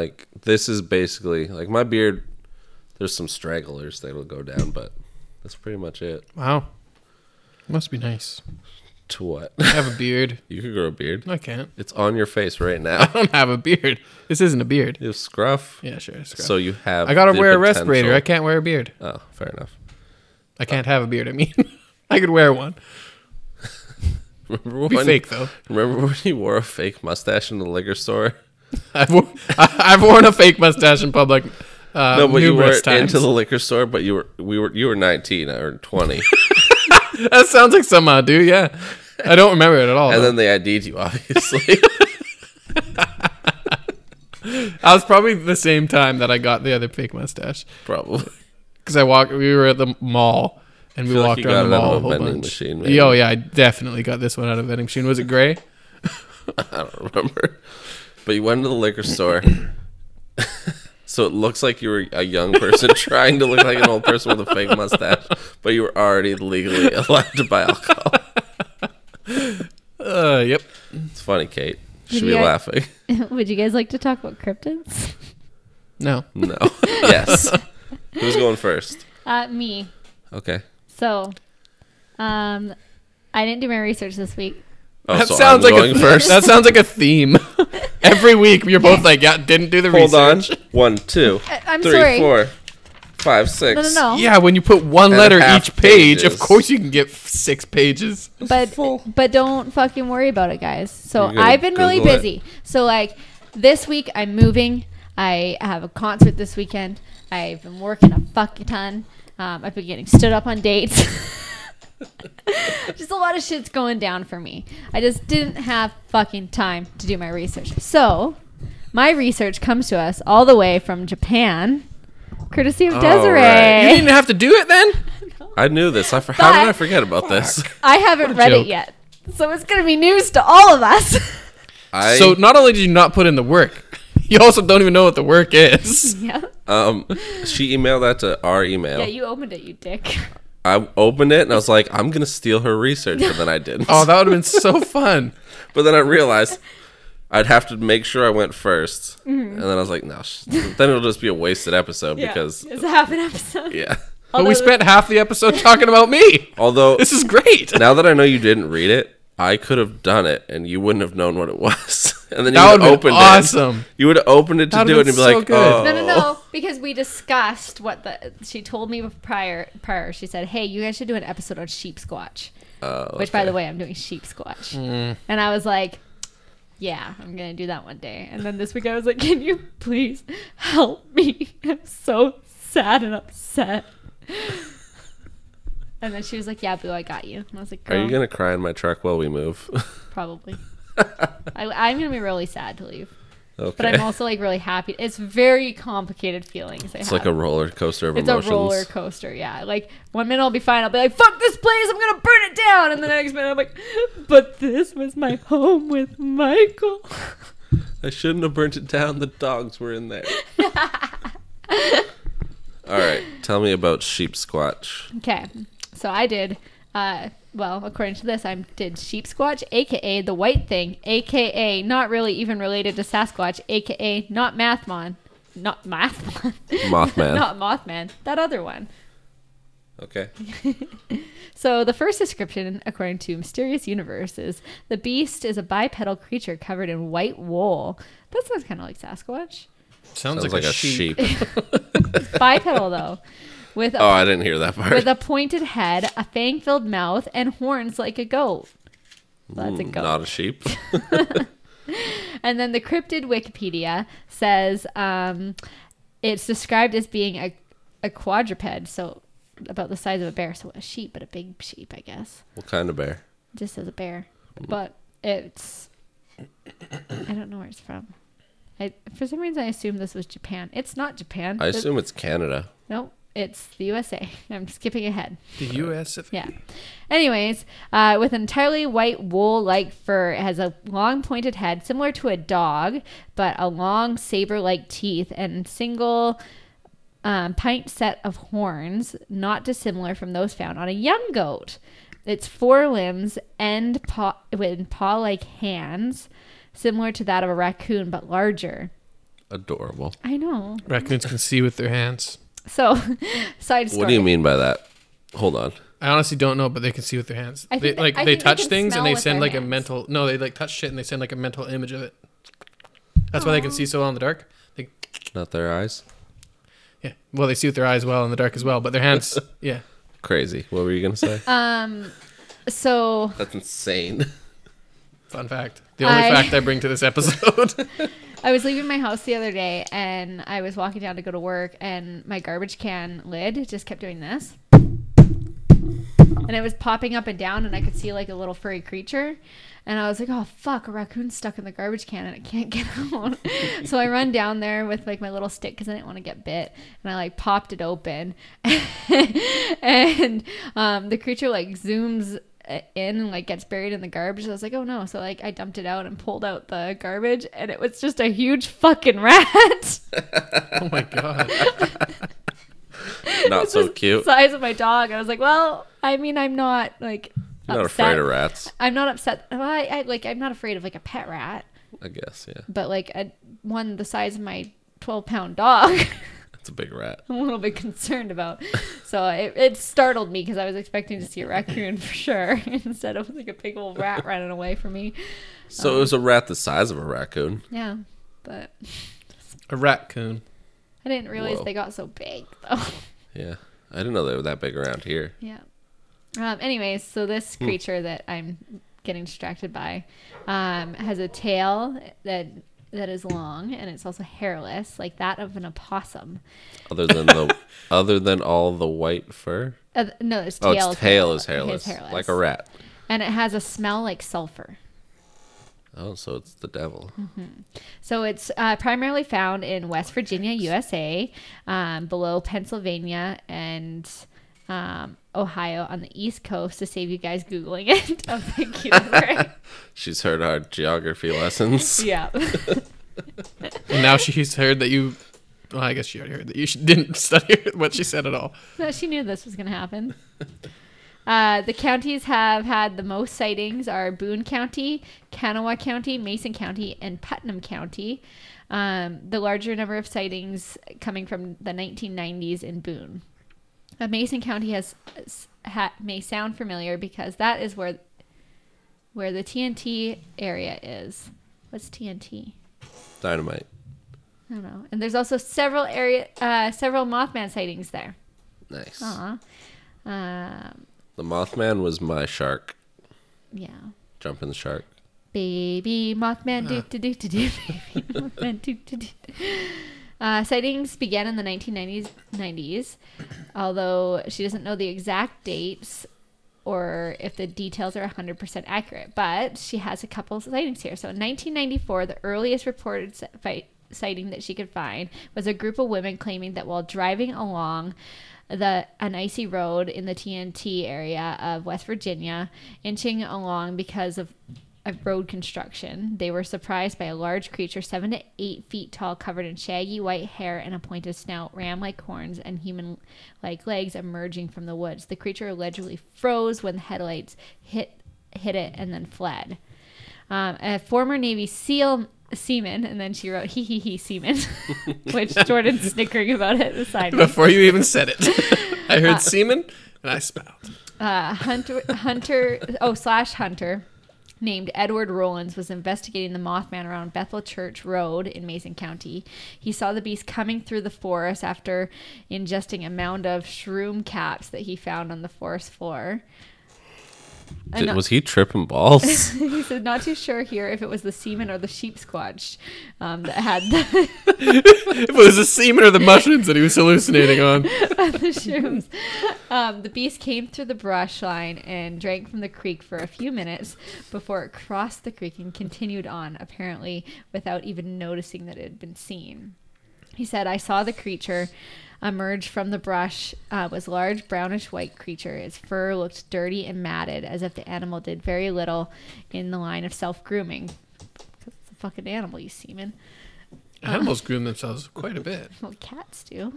Speaker 2: Like this is basically like my beard. There's some stragglers that'll go down, but that's pretty much it.
Speaker 3: Wow. Must be nice.
Speaker 2: To what?
Speaker 3: I have a beard.
Speaker 2: you could grow a beard.
Speaker 3: No, I can't.
Speaker 2: It's on your face right now.
Speaker 3: I don't have a beard. This isn't a beard.
Speaker 2: You have scruff.
Speaker 3: Yeah, sure. scrub.
Speaker 2: So you have.
Speaker 3: I gotta
Speaker 2: the
Speaker 3: wear a
Speaker 2: potential-
Speaker 3: respirator. I can't wear a beard.
Speaker 2: Oh, fair enough.
Speaker 3: I can't have a beard. I mean, I could wear one.
Speaker 2: Remember
Speaker 3: It'd be
Speaker 2: when-
Speaker 3: fake though.
Speaker 2: Remember when you wore a fake mustache in the liquor store?
Speaker 3: I've, wo- I- I've worn a fake mustache in public. Uh,
Speaker 2: no, but you wore
Speaker 3: numerous
Speaker 2: it
Speaker 3: times.
Speaker 2: into the liquor store, but you were we were you were nineteen or twenty,
Speaker 3: That sounds like something I do. Yeah, I don't remember it at all.
Speaker 2: and
Speaker 3: though.
Speaker 2: then they ID'd you, obviously.
Speaker 3: I was probably the same time that I got the other fake mustache
Speaker 2: Probably.
Speaker 3: because I walked. We were at the mall and we
Speaker 2: feel like
Speaker 3: walked
Speaker 2: you
Speaker 3: around the
Speaker 2: got it out of
Speaker 3: mall
Speaker 2: a
Speaker 3: a whole
Speaker 2: vending
Speaker 3: bunch.
Speaker 2: machine, maybe.
Speaker 3: Yeah, oh yeah, I definitely got this one out of a vending machine. Was it gray?
Speaker 2: I don't remember. But you went to the liquor store. so it looks like you were a young person trying to look like an old person with a fake mustache, but you were already legally allowed to buy alcohol.
Speaker 3: Uh, yep.
Speaker 2: It's funny, Kate. You Should
Speaker 1: Yeah.
Speaker 2: be laughing.
Speaker 1: Would you guys like to talk about cryptids?
Speaker 3: No.
Speaker 2: No. yes. Who's going first?
Speaker 1: Uh, me.
Speaker 2: Okay.
Speaker 1: So, um, I didn't do my research this week.
Speaker 2: Oh,
Speaker 3: that
Speaker 2: so
Speaker 3: sounds
Speaker 2: I'm
Speaker 3: like
Speaker 2: going
Speaker 3: a
Speaker 2: first.
Speaker 3: That sounds like a theme. Every week you're both like, yeah, didn't do the
Speaker 2: Hold on.
Speaker 3: research.
Speaker 2: One, two,
Speaker 1: I- I'm
Speaker 2: three,
Speaker 1: sorry.
Speaker 2: four, five, six.
Speaker 1: No, no, no.
Speaker 3: Yeah, when you put one
Speaker 2: And
Speaker 3: letter
Speaker 2: half
Speaker 3: each page, of
Speaker 2: pages.
Speaker 3: course you can get f- six pages.
Speaker 1: but but don't fucking worry about it, guys. So
Speaker 2: You're gonna
Speaker 1: I've been really
Speaker 2: Google it.
Speaker 1: busy. So like this week I'm moving. I have a concert this weekend. I've been working a fuck ton. Um, I've been getting stood up on dates. just a lot of shit's going down for me. I just didn't have fucking time to do my research. So my research comes to us all the way from Japan, courtesy of
Speaker 2: Oh,
Speaker 1: Desiree.
Speaker 2: right.
Speaker 3: You didn't have to do it then?
Speaker 2: I knew this. I for- how did
Speaker 1: But-
Speaker 2: I forget about this?
Speaker 1: I haven't
Speaker 3: a
Speaker 1: read it
Speaker 3: joke.
Speaker 1: yet. So it's going to be news to all of us.
Speaker 2: I
Speaker 3: so not only did you not put in the work, you also don't even know what the work is.
Speaker 1: yeah.
Speaker 2: um she emailed that to our email.
Speaker 1: Yeah, you opened it, you dick.
Speaker 2: I opened it and I was like, I'm gonna steal her research, but then I didn't.
Speaker 3: Oh, that would have been so fun.
Speaker 2: But then I realized I'd have to make sure I went 1st
Speaker 1: Mm-hmm.
Speaker 2: and then I was like, no, sh- then it'll just be a wasted episode because
Speaker 1: it's half an episode.
Speaker 2: yeah.
Speaker 3: But
Speaker 1: Although-
Speaker 3: we spent half the episode talking about me.
Speaker 2: Although
Speaker 3: This is great.
Speaker 2: now that I know you didn't read it, I could have done it and you wouldn't have known what it was, and then you
Speaker 3: That
Speaker 2: would
Speaker 3: would
Speaker 2: have
Speaker 3: have been
Speaker 2: opened
Speaker 3: awesome.
Speaker 2: it. You would have opened it to
Speaker 3: That
Speaker 2: do
Speaker 3: would
Speaker 2: it and
Speaker 3: have
Speaker 2: be
Speaker 3: been so
Speaker 2: like,
Speaker 3: good.
Speaker 2: oh,
Speaker 1: No, no, no. Because we discussed what the she told me prior. Prior, she said, "Hey, you guys should do an episode on sheep squatch."
Speaker 2: Oh, Mm.
Speaker 1: Which, by
Speaker 2: okay.
Speaker 1: the way, I'm doing sheep squatch. And I was like, "Yeah, I'm gonna do that one day." And then this week, I was like, "Can you please help me? I'm so sad and upset." And then she was like, "Yeah, boo, I got you." And I was like,
Speaker 2: Are
Speaker 1: Girl,
Speaker 2: you gonna cry in my truck while we move?
Speaker 1: probably." I, I'm gonna be really sad to leave.
Speaker 2: okay.
Speaker 1: but I'm also like really happy. It's very complicated feelings. I
Speaker 2: it's
Speaker 1: have.
Speaker 2: like a roller coaster of
Speaker 1: it's
Speaker 2: emotions.
Speaker 1: a roller coaster. Yeah, like one minute I'll be fine. I'll be like, "Fuck this place! I'm gonna burn it down," and the next minute I'm like, "But this was my home with Michael."
Speaker 2: I shouldn't have burnt it down. The dogs were in there. All right, tell me about sheep squatch.
Speaker 1: Okay, so I did. Uh, well, according to this, I did sheep squatch, aka the white thing, aka not really even related to Sasquatch, aka not Mathmon, not Mathmon,
Speaker 2: Mothman.
Speaker 1: not Mothman, that other one.
Speaker 2: Okay.
Speaker 1: So the first description, according to Mysterious Universe, is the beast is a bipedal creature covered in white wool. That sounds kind of like Sasquatch.
Speaker 3: Sounds,
Speaker 2: Sounds like, a sheep.
Speaker 1: Bipedal though, with a,
Speaker 2: Oh, I didn't hear that part.
Speaker 1: with a pointed head, a fang-filled mouth, and horns like a goat. Well, That's a
Speaker 2: Mm,
Speaker 1: goat.
Speaker 2: Not a sheep.
Speaker 1: And then the cryptid Wikipedia says um, it's described as being a, a quadruped, so about the size of a bear, so a sheep, but a big sheep, I guess.
Speaker 2: what kind of bear?
Speaker 1: just as a bear, but it's I don't know where it's from. I for some reason I assume this was Japan. It's not Japan.
Speaker 2: I
Speaker 1: It-
Speaker 2: assume it's Canada.
Speaker 1: no, it's the USA. I'm skipping ahead.
Speaker 3: The U.S.
Speaker 1: Yeah. Anyways, uh, with entirely white wool-like fur, it has a long pointed head similar to a dog, but a long saber-like teeth and single um, pint set of horns, not dissimilar from those found on a young goat. Its forelimbs end paw with paw-like hands, similar to that of a raccoon but larger.
Speaker 2: Adorable.
Speaker 1: I know.
Speaker 3: Raccoons can see with their hands.
Speaker 1: So, side story.
Speaker 2: What do you mean by that? Hold on.
Speaker 3: I honestly don't know, but they can see with their hands.
Speaker 1: I
Speaker 3: They,
Speaker 1: think that-
Speaker 3: like
Speaker 1: I
Speaker 3: they
Speaker 1: think they
Speaker 3: touch
Speaker 1: can
Speaker 3: things
Speaker 1: smell
Speaker 3: and they
Speaker 1: with
Speaker 3: send
Speaker 1: their
Speaker 3: like a
Speaker 1: hands.
Speaker 3: mental no, they like touch shit and they send like a mental image of it. That's why they can
Speaker 1: Aw.
Speaker 3: see so well in the dark. They,
Speaker 2: Not their eyes.
Speaker 3: yeah, well they see with their eyes well in the dark as well, but their hands, yeah.
Speaker 2: Crazy. What were you gonna say?
Speaker 1: Um, so
Speaker 2: That's insane.
Speaker 3: Fun fact. The only
Speaker 1: I-
Speaker 3: fact I bring to this episode.
Speaker 1: I was leaving my house the other day and I was walking down to go to work and my garbage can lid just kept doing this. And it was popping up and down and I could see like a little furry creature. And I was like, oh fuck, a raccoon's stuck in the garbage can and it can't get out. so I run down there with like my little stick because I didn't want to get bit. And I like popped it open. and um, the creature like zooms uh, in and like gets buried in the garbage. I was like, oh no. So like I dumped it out and pulled out the garbage and it was just a huge fucking rat.
Speaker 3: oh my god.
Speaker 2: Not so
Speaker 1: was the
Speaker 2: cute.
Speaker 1: size of my dog. I was like, well, I mean, I'm not like
Speaker 2: You're not
Speaker 1: upset.
Speaker 2: afraid of rats.
Speaker 1: I'm not upset. Well, I, I like I'm not afraid of like a pet rat,
Speaker 2: I guess. Yeah.
Speaker 1: but like a one the size of my 12 pound dog.
Speaker 2: That's a big rat.
Speaker 1: I'm a little bit concerned about. So it, it startled me because I was expecting to see a raccoon for sure instead of like a big old rat running away from me.
Speaker 2: So it was a rat the size of a raccoon.
Speaker 1: Yeah, but
Speaker 3: A raccoon.
Speaker 1: I didn't realize
Speaker 2: Whoa.
Speaker 1: they got so big though.
Speaker 2: Yeah. I didn't know they were that big around here.
Speaker 1: yeah. Um, anyways, so this creature that I'm getting distracted by um, has a tail that that is long and it's also hairless, like that of an opossum.
Speaker 2: Other than the other than all the white fur.
Speaker 1: Uh, no, its
Speaker 2: Oh,
Speaker 1: tail,
Speaker 2: its tail
Speaker 1: hairle-
Speaker 2: is hairless,
Speaker 1: hairless.
Speaker 2: like a rat.
Speaker 1: and it has a smell like sulfur.
Speaker 2: Oh, so it's the devil.
Speaker 1: Hmm. So it's uh, primarily found in
Speaker 2: Oh,
Speaker 1: West Virginia, USA, um, below Pennsylvania and um, Ohio on the East Coast. To save you guys googling it, oh, thank you. Right?
Speaker 2: She's heard our geography lessons.
Speaker 1: yeah,
Speaker 3: And now she's heard that you well, I guess she already heard that you sh- didn't study what she said at all.
Speaker 1: no, she knew this was going to happen. Uh, the counties have had the most sightings are Boone County, Kanawha County, Mason County, and Putnam County. Um, the larger number of sightings coming from the 1990s in Boone. Uh, Mason County has ha, may sound familiar because that is where where the TNT area is. What's TNT?
Speaker 2: Dynamite.
Speaker 1: I don't know. And there's also several area uh, several Mothman sightings there.
Speaker 2: Nice.
Speaker 1: Aw. Um,
Speaker 2: The Mothman was my shark.
Speaker 1: yeah.
Speaker 2: Jumping shark.
Speaker 1: Baby Mothman, do do do do do. Baby Mothman, do do do. Uh, sightings began in the 1990s, 90s, although she doesn't know the exact dates or if the details are 100% accurate, but she has a couple sightings here. So in 1994, the earliest reported s- fight, sighting that she could find was a group of women claiming that while driving along the an icy road in the TNT area of West Virginia, inching along because of of road construction, they were surprised by a large creature seven to eight feet tall, covered in shaggy white hair and a pointed snout, ram like horns, and human like legs emerging from the woods. The creature allegedly froze when the headlights hit hit it and then fled. Um, a former Navy SEAL seaman, and then she wrote, hee hee hee seaman, which Jordan's snickering about it beside me.
Speaker 3: Before you even said it. I heard semen and I smiled.
Speaker 1: uh, hunter hunter oh slash hunter named edward rollins was investigating the mothman around bethel church road in mason county he saw the beast coming through the forest after ingesting a mound of shroom caps that he found on the forest floor And
Speaker 2: Did,
Speaker 1: not-
Speaker 2: was he tripping balls?
Speaker 1: he said not too sure here if it was the semen or the sheep squatch um, that had the,
Speaker 3: If it was the semen or the mushrooms that he was hallucinating on.
Speaker 1: the shrooms. Um, the beast came through the brush line and drank from the creek for a few minutes before it crossed the creek and continued on, apparently without even noticing that it had been seen. He said, I saw the creature emerge from the brush. Uh, was a large brownish white creature. Its fur looked dirty and matted, as if the animal did very little in the line of self grooming. It's a fucking animal, you semen.
Speaker 3: Animals groom themselves quite a bit.
Speaker 1: Well, cats do.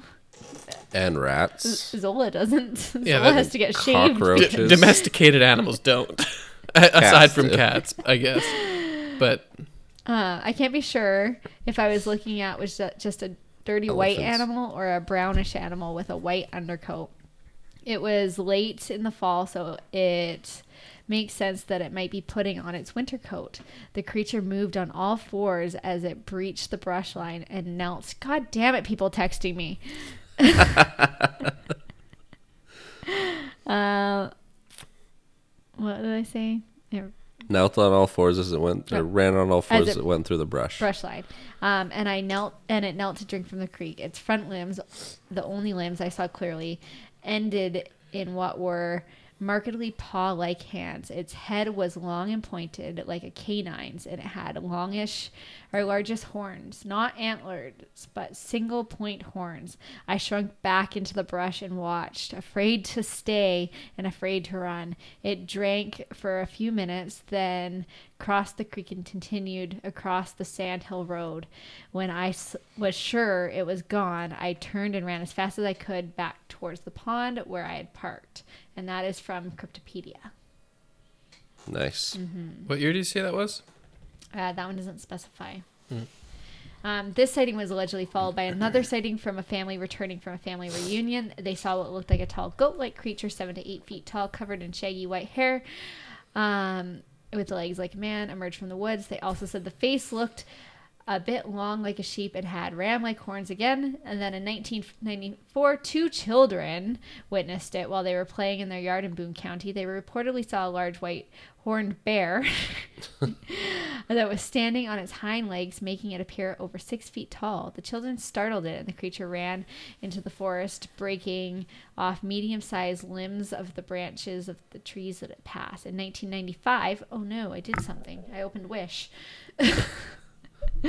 Speaker 2: and rats.
Speaker 1: Zola doesn't.
Speaker 3: Yeah,
Speaker 1: Zola
Speaker 3: that-
Speaker 1: has to get shaved.
Speaker 3: D-
Speaker 2: Cockroaches.
Speaker 3: domesticated animals don't. A- Aside from
Speaker 2: do.
Speaker 3: cats, I guess. But
Speaker 1: Uh, I can't be sure if I was looking at was ju- just a dirty white
Speaker 2: Elephants.
Speaker 1: animal or a brownish animal with a white undercoat. It was late in the fall, so it makes sense that it might be putting on its winter coat. The creature moved on all fours as it breached the brush line and knelt. God damn it, people texting me. uh, what did I say? It
Speaker 2: Knelt on all fours as it went,
Speaker 1: Yeah.
Speaker 2: or ran on all fours
Speaker 1: it-
Speaker 2: as it went through the brush.
Speaker 1: brush line. Um, and I knelt, and it knelt to drink from the creek. Its front limbs, the only limbs I saw clearly, ended in what were markedly paw-like hands. Its head was long and pointed, like a canine's, and it had longish or largest horns, not antlered, but single point horns. I shrunk back into the brush and watched, afraid to stay and afraid to run. It drank for a few minutes, then crossed the creek and continued across the sand hill road. When I s- was sure it was gone, I turned and ran as fast as I could back towards the pond where I had parked. And that is from Cryptopedia.
Speaker 2: Nice.
Speaker 1: Mm-hmm.
Speaker 3: What year do you say that was?
Speaker 1: Uh, that one doesn't specify. Um, this sighting was allegedly followed by another sighting from a family returning from a family reunion. They saw what looked like a tall goat like creature, seven to eight feet tall, covered in shaggy white hair, um, with legs like a man, emerge from the woods. They also said the face looked a bit long like a sheep and had ram like horns again. And then in 1994, two children witnessed it while they were playing in their yard in Boone County. They reportedly saw a large white horned bear that was standing on its hind legs, making it appear over six feet tall. The children startled it, and the creature ran into the forest, breaking off medium sized limbs of the branches of the trees that it passed. In 1995, oh no, I did something. I opened Wish.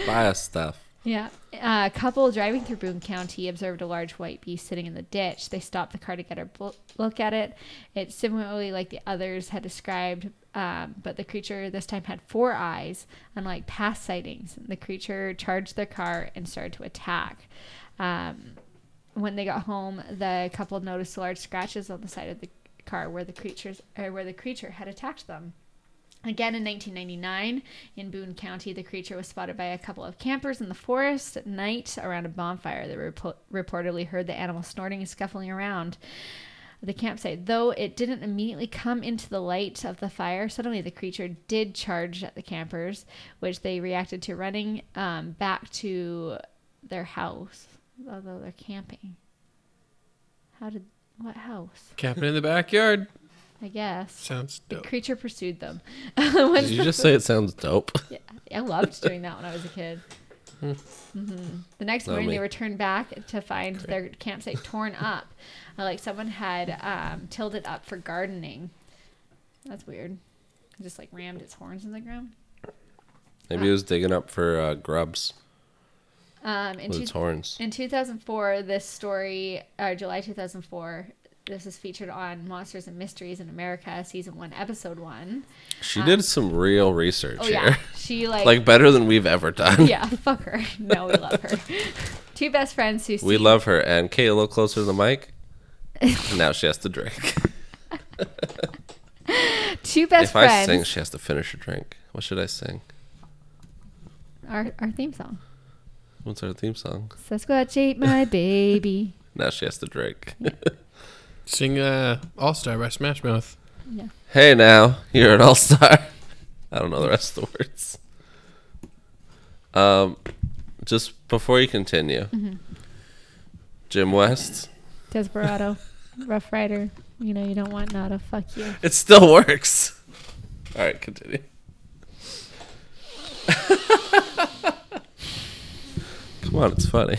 Speaker 2: Buy us stuff.
Speaker 1: Yeah. Uh, A couple driving through Boone County observed a large white beast sitting in the ditch. They stopped the car to get a bl- look at it. It similarly, like the others had described, um, but the creature this time had four eyes, unlike past sightings. The creature charged their car and started to attack. Um, when they got home, the couple noticed large scratches on the side of the car where the creatures or where the creature had attacked them. Again in 1999, in Boone County, the creature was spotted by a couple of campers in the forest at night around a bonfire. They repo- reportedly heard the animal snorting and scuffling around the campsite. Though it didn't immediately come into the light of the fire, suddenly the creature did charge at the campers, which they reacted to running um, back to their house, although they're camping. How did. What house?
Speaker 3: Camping in the backyard.
Speaker 1: I guess.
Speaker 3: Sounds
Speaker 1: The
Speaker 3: dope.
Speaker 1: creature pursued them. Once
Speaker 2: Did you just say it sounds dope?
Speaker 1: yeah, I loved doing that when I was a kid. hmm The next
Speaker 2: Not
Speaker 1: morning,
Speaker 2: me.
Speaker 1: they returned back to find their campsite torn up. Uh, like someone had um, tilled it up for gardening. That's weird. It just like rammed its horns in the ground.
Speaker 2: Maybe it was digging up for uh, grubs
Speaker 1: Um, in,
Speaker 2: with
Speaker 1: two-
Speaker 2: its horns.
Speaker 1: in 2004, this story, or July 2004, this is featured on Monsters and Mysteries in America, season one, episode one.
Speaker 2: She did some real research
Speaker 1: Oh,
Speaker 2: here.
Speaker 1: yeah. She
Speaker 2: like better than we've ever done.
Speaker 1: yeah, fuck her. No, we love her. Two best friends who
Speaker 2: We
Speaker 1: see-
Speaker 2: love her. And Kate, a little closer to the mic. now she has to drink.
Speaker 1: two best
Speaker 2: if
Speaker 1: friends.
Speaker 2: I sing, she has to finish her drink. What should I sing?
Speaker 1: our, our theme song.
Speaker 2: What's our theme song?
Speaker 1: Sasquatch ate my baby.
Speaker 2: Now she has to drink.
Speaker 3: Sing uh, All Star by Smash Mouth.
Speaker 2: hey, now you're an all star. I don't know the rest of the words. Um, just before you continue, Jim West.
Speaker 1: Desperado, Rough Rider. You know you don't want nada. Fuck you.
Speaker 2: It still works. All right, continue. come on, it's funny.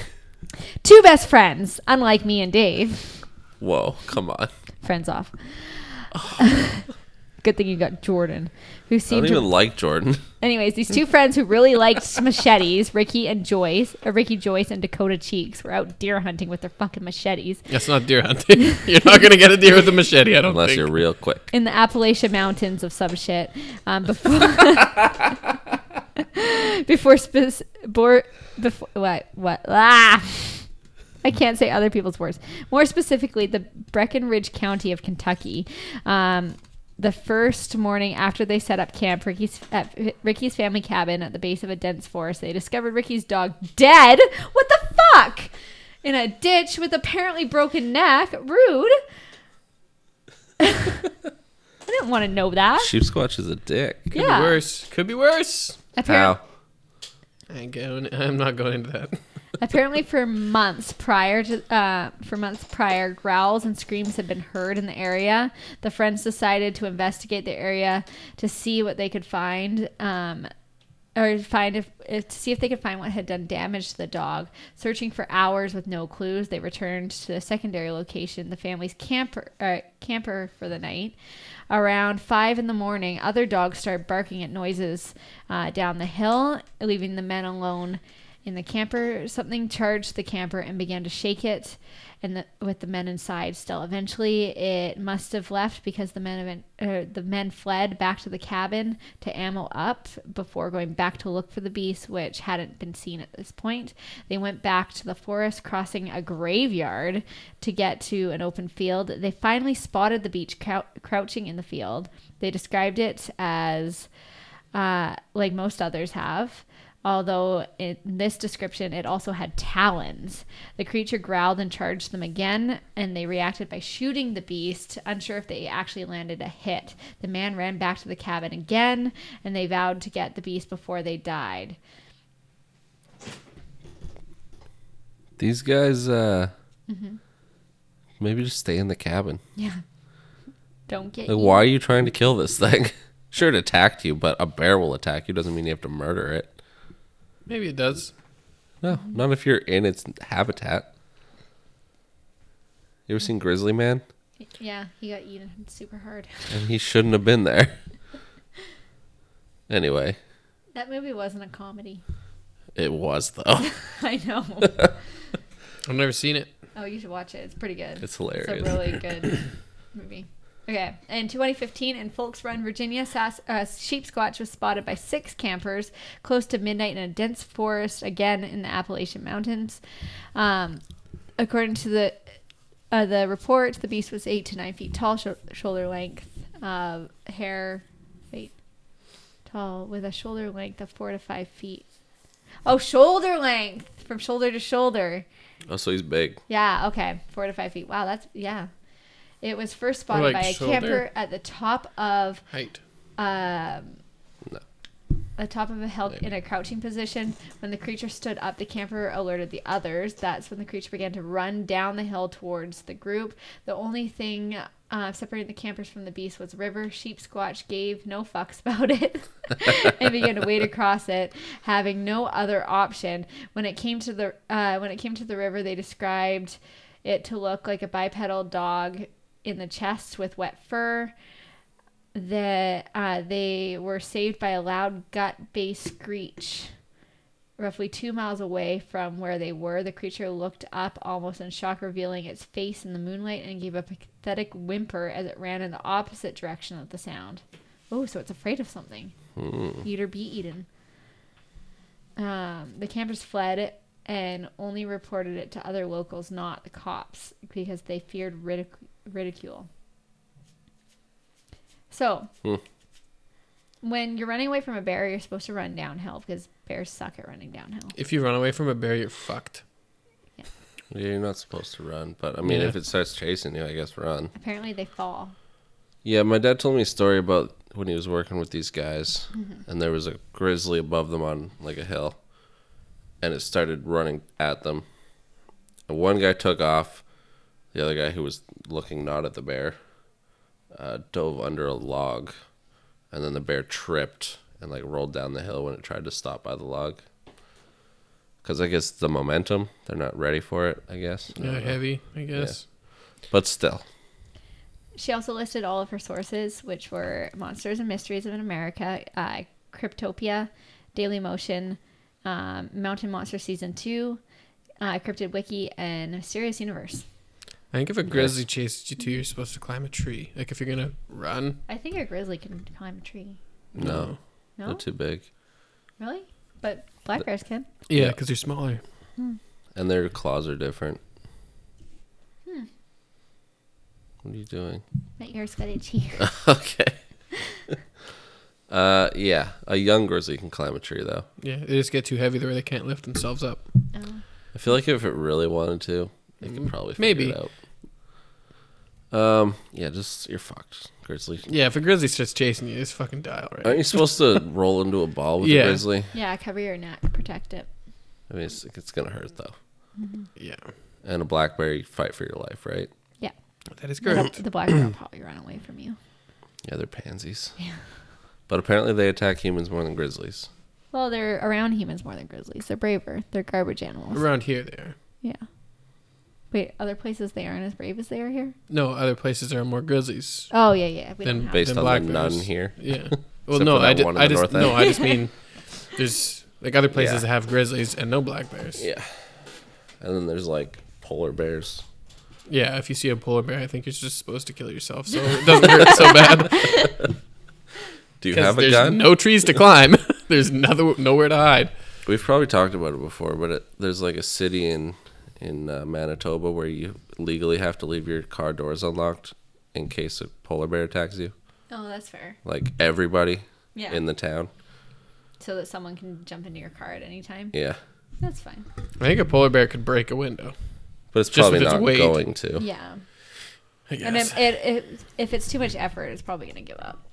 Speaker 1: Two best friends, unlike me and Dave.
Speaker 2: Whoa, come on.
Speaker 1: Friends off. Good thing you got Jordan, who
Speaker 2: I don't
Speaker 1: seemed to
Speaker 2: even like Jordan.
Speaker 1: Anyways, these two friends who really liked machetes, Ricky and Joyce, uh, Ricky Joyce and Dakota Cheeks, were out deer hunting with their fucking machetes
Speaker 3: That's not deer hunting. you're not gonna get a deer with a machete. I don't
Speaker 2: Unless
Speaker 3: think.
Speaker 2: you're real quick.
Speaker 1: in the Appalachian Mountains of some shit. Um, before before spec- bor- before what what ah. I can't say other people's words. More specifically, the Breckenridge County of Kentucky. Um, the first morning after they set up camp Ricky's, at Ricky's family cabin at the base of a dense forest, they discovered Ricky's dog dead. What the fuck? In a ditch with apparently broken neck. Rude. I didn't want to know that.
Speaker 2: Sheep Squatch is a dick.
Speaker 3: Could
Speaker 1: yeah.
Speaker 3: be worse. Could be worse.
Speaker 1: Apparently,
Speaker 2: How?
Speaker 3: I ain't going. I'm not going into that.
Speaker 1: apparently, for months prior to uh, for months prior, growls and screams had been heard in the area. The friends decided to investigate the area to see what they could find. Um, or find if, if to see if they could find what had done damage to the dog. Searching for hours with no clues, they returned to the secondary location, the family's camper uh, camper for the night. Around five in the morning, other dogs start barking at noises uh, down the hill, leaving the men alone in the camper. Something charged the camper and began to shake it, and the, with the men inside still. Eventually, it must have left because the men event, uh, the men fled back to the cabin to ammo up before going back to look for the beast, which hadn't been seen at this point. They went back to the forest, crossing a graveyard to get to an open field. They finally spotted the beach crou- crouching in the field. They described it as uh, like most others have. Although in this description, it also had talons. The creature growled and charged them again, and they reacted by shooting the beast, unsure if they actually landed a hit. The man ran back to the cabin again, and they vowed to get the beast before they died.
Speaker 2: These guys, uh, maybe just stay in the cabin.
Speaker 1: Yeah. Don't get
Speaker 2: Like,
Speaker 1: eaten.
Speaker 2: why are you trying to kill this thing? Sure, it attacked you, but a bear will attack you. Doesn't mean you have to murder it.
Speaker 3: Maybe it does.
Speaker 2: No, not if you're in its habitat. You ever seen Grizzly Man?
Speaker 1: Yeah, he got eaten super hard.
Speaker 2: And he shouldn't have been there. Anyway,
Speaker 1: That movie wasn't a comedy.
Speaker 2: it was though.
Speaker 1: I know.
Speaker 3: I've never seen it.
Speaker 1: Oh, you should watch it. It's pretty good.
Speaker 2: It's hilarious.
Speaker 1: It's a really good movie. Okay. In 2015, in Folks Run, Virginia, sas- uh, sheep squatch was spotted by six campers close to midnight in a dense forest, again in the Appalachian Mountains. Um, according to the uh, the report, the beast was eight to nine feet tall, sho shoulder length, uh, hair, wait, tall with a shoulder length of four to five feet. Oh, shoulder length from shoulder to shoulder.
Speaker 2: Oh, so he's big.
Speaker 1: Yeah, okay. Four to five feet. Wow, that's yeah. It was first spotted
Speaker 3: Like
Speaker 1: by a
Speaker 3: shoulder.
Speaker 1: camper at the top of
Speaker 3: Height.
Speaker 1: um
Speaker 2: No.
Speaker 1: the top of a hill in a crouching position. When the creature stood up, the camper alerted the others. That's when the creature began to run down the hill towards the group. The only thing uh, separating the campers from the beast was river. Sheep Squatch gave no fucks about it and began to wade across it, having no other option. When it came to the uh, when it came to the river, they described it to look like a bipedal dog in the chest with wet fur that uh, they were saved by a loud gut-based screech. Roughly two miles away from where they were, the creature looked up almost in shock, revealing its face in the moonlight, and gave a pathetic whimper as it ran in the opposite direction of the sound. Oh, so it's afraid of something. Eat or be eaten. Um, the campers fled and only reported it to other locals, not the cops, because they feared ridic- ridicule. So,
Speaker 2: Hmm.
Speaker 1: when you're running away from a bear, you're supposed to run downhill because bears suck at running downhill.
Speaker 3: If you run away from a bear, you're fucked.
Speaker 2: Yeah, you're not supposed to run, but I mean,
Speaker 3: Yeah.
Speaker 2: if it starts chasing you, I guess run.
Speaker 1: Apparently, they fall.
Speaker 2: Yeah, my dad told me a story about when he was working with these guys, and there was a grizzly above them on like a hill, and it started running at them. And one guy took off, the other guy who was looking not at the bear, uh, dove under a log, and then the bear tripped and like rolled down the hill when it tried to stop by the log. Because I guess the momentum, they're not ready for it. I guess. I
Speaker 3: Uh-huh. Yeah,
Speaker 2: don't know.
Speaker 3: heavy, I guess.
Speaker 2: But still,
Speaker 1: She also listed all of her sources, which were Monsters and Mysteries of America, uh, Cryptopia, Daily Motion, um, Mountain Monster Season 2, uh, Cryptid Wiki, and Mysterious Universe.
Speaker 3: I think if a grizzly chases you too, you're supposed to climb a tree. Like if you're gonna run.
Speaker 1: I think a grizzly can climb a tree.
Speaker 2: no,
Speaker 1: No?
Speaker 2: they're too big.
Speaker 1: Really? But black bears can.
Speaker 3: Yeah,
Speaker 2: Yeah.
Speaker 3: because you're smaller.
Speaker 2: And their claws are different. What are you doing?
Speaker 1: My ears got itchy.
Speaker 2: okay. uh, yeah, a young grizzly can climb a tree though.
Speaker 3: Yeah, they just get too heavy the way they can't lift themselves up.
Speaker 1: Oh.
Speaker 3: Mm,
Speaker 2: I feel like if it really wanted to, it could probably figure
Speaker 3: Maybe.
Speaker 2: it out. Um, yeah, just you're fucked, Grizzly.
Speaker 3: Yeah, if a grizzly starts chasing you, just fucking die
Speaker 2: Aren't
Speaker 3: already.
Speaker 2: you supposed to roll into a ball with
Speaker 3: Yeah.
Speaker 2: a grizzly?
Speaker 1: Yeah, cover your neck, protect it.
Speaker 2: I mean, it's, it's gonna hurt though.
Speaker 3: Yeah,
Speaker 2: And a black bear, you fight for your life, right?
Speaker 1: Yeah.
Speaker 3: that is
Speaker 1: The,
Speaker 3: correct.
Speaker 1: the black bear will probably run away from you.
Speaker 2: Yeah, they're pansies.
Speaker 1: Yeah.
Speaker 2: But apparently, they attack humans more than grizzlies.
Speaker 1: Well, they're around humans more than grizzlies. They're braver. They're garbage animals.
Speaker 3: Around here, they are.
Speaker 1: Yeah. Wait, other places they aren't as brave as they are here?
Speaker 3: No, other places there are more grizzlies.
Speaker 1: Oh yeah, yeah. We
Speaker 3: Then
Speaker 1: don't have
Speaker 2: Based
Speaker 3: Than
Speaker 2: on
Speaker 3: black
Speaker 2: the none
Speaker 3: bears.
Speaker 2: here,
Speaker 3: Yeah. Well,
Speaker 2: Except
Speaker 3: no,
Speaker 2: for that
Speaker 3: I, ju-
Speaker 2: one in
Speaker 3: I
Speaker 2: the
Speaker 3: just
Speaker 2: North
Speaker 3: no,
Speaker 2: End.
Speaker 3: I just mean there's like other places
Speaker 2: Yeah.
Speaker 3: that have grizzlies and no black bears.
Speaker 2: yeah. And then there's like polar bears.
Speaker 3: Yeah, if you see a polar bear, I think you're just supposed to kill yourself, so it doesn't hurt so bad.
Speaker 2: Do you
Speaker 3: Because
Speaker 2: have a
Speaker 3: there's
Speaker 2: gun?
Speaker 3: no trees to climb. there's nothing, nowhere to hide.
Speaker 2: We've probably talked about it before, but it, there's like a city in in uh, Manitoba where you legally have to leave your car doors unlocked in case a polar bear attacks you.
Speaker 1: Oh, that's fair.
Speaker 2: Like everybody
Speaker 1: Yeah.
Speaker 2: in the town.
Speaker 1: so that someone can jump into your car at any time.
Speaker 2: Yeah,
Speaker 1: That's fine.
Speaker 3: I think a polar bear could break a window.
Speaker 2: but it's
Speaker 3: Just
Speaker 2: probably
Speaker 3: with its
Speaker 2: not
Speaker 3: weight.
Speaker 2: going to.
Speaker 1: Yeah.
Speaker 3: I guess.
Speaker 1: And if, it, it, if it's too much effort, it's probably gonna give up.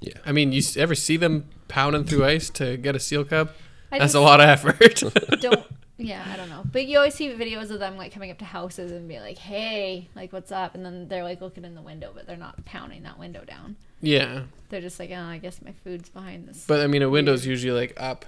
Speaker 2: Yeah,
Speaker 3: I mean, you s- ever see them pounding through ice to get a seal cub?
Speaker 1: I
Speaker 3: That's
Speaker 1: just
Speaker 3: a lot of effort.
Speaker 1: don't. Yeah, I don't know. But you always see videos of them like coming up to houses and being like, "Hey, like what's up?" And then they're like looking in the window, but they're not pounding that window down.
Speaker 3: yeah,
Speaker 1: They're just like, "Oh, I guess my food's behind this."
Speaker 3: but I mean, a window's usually like up.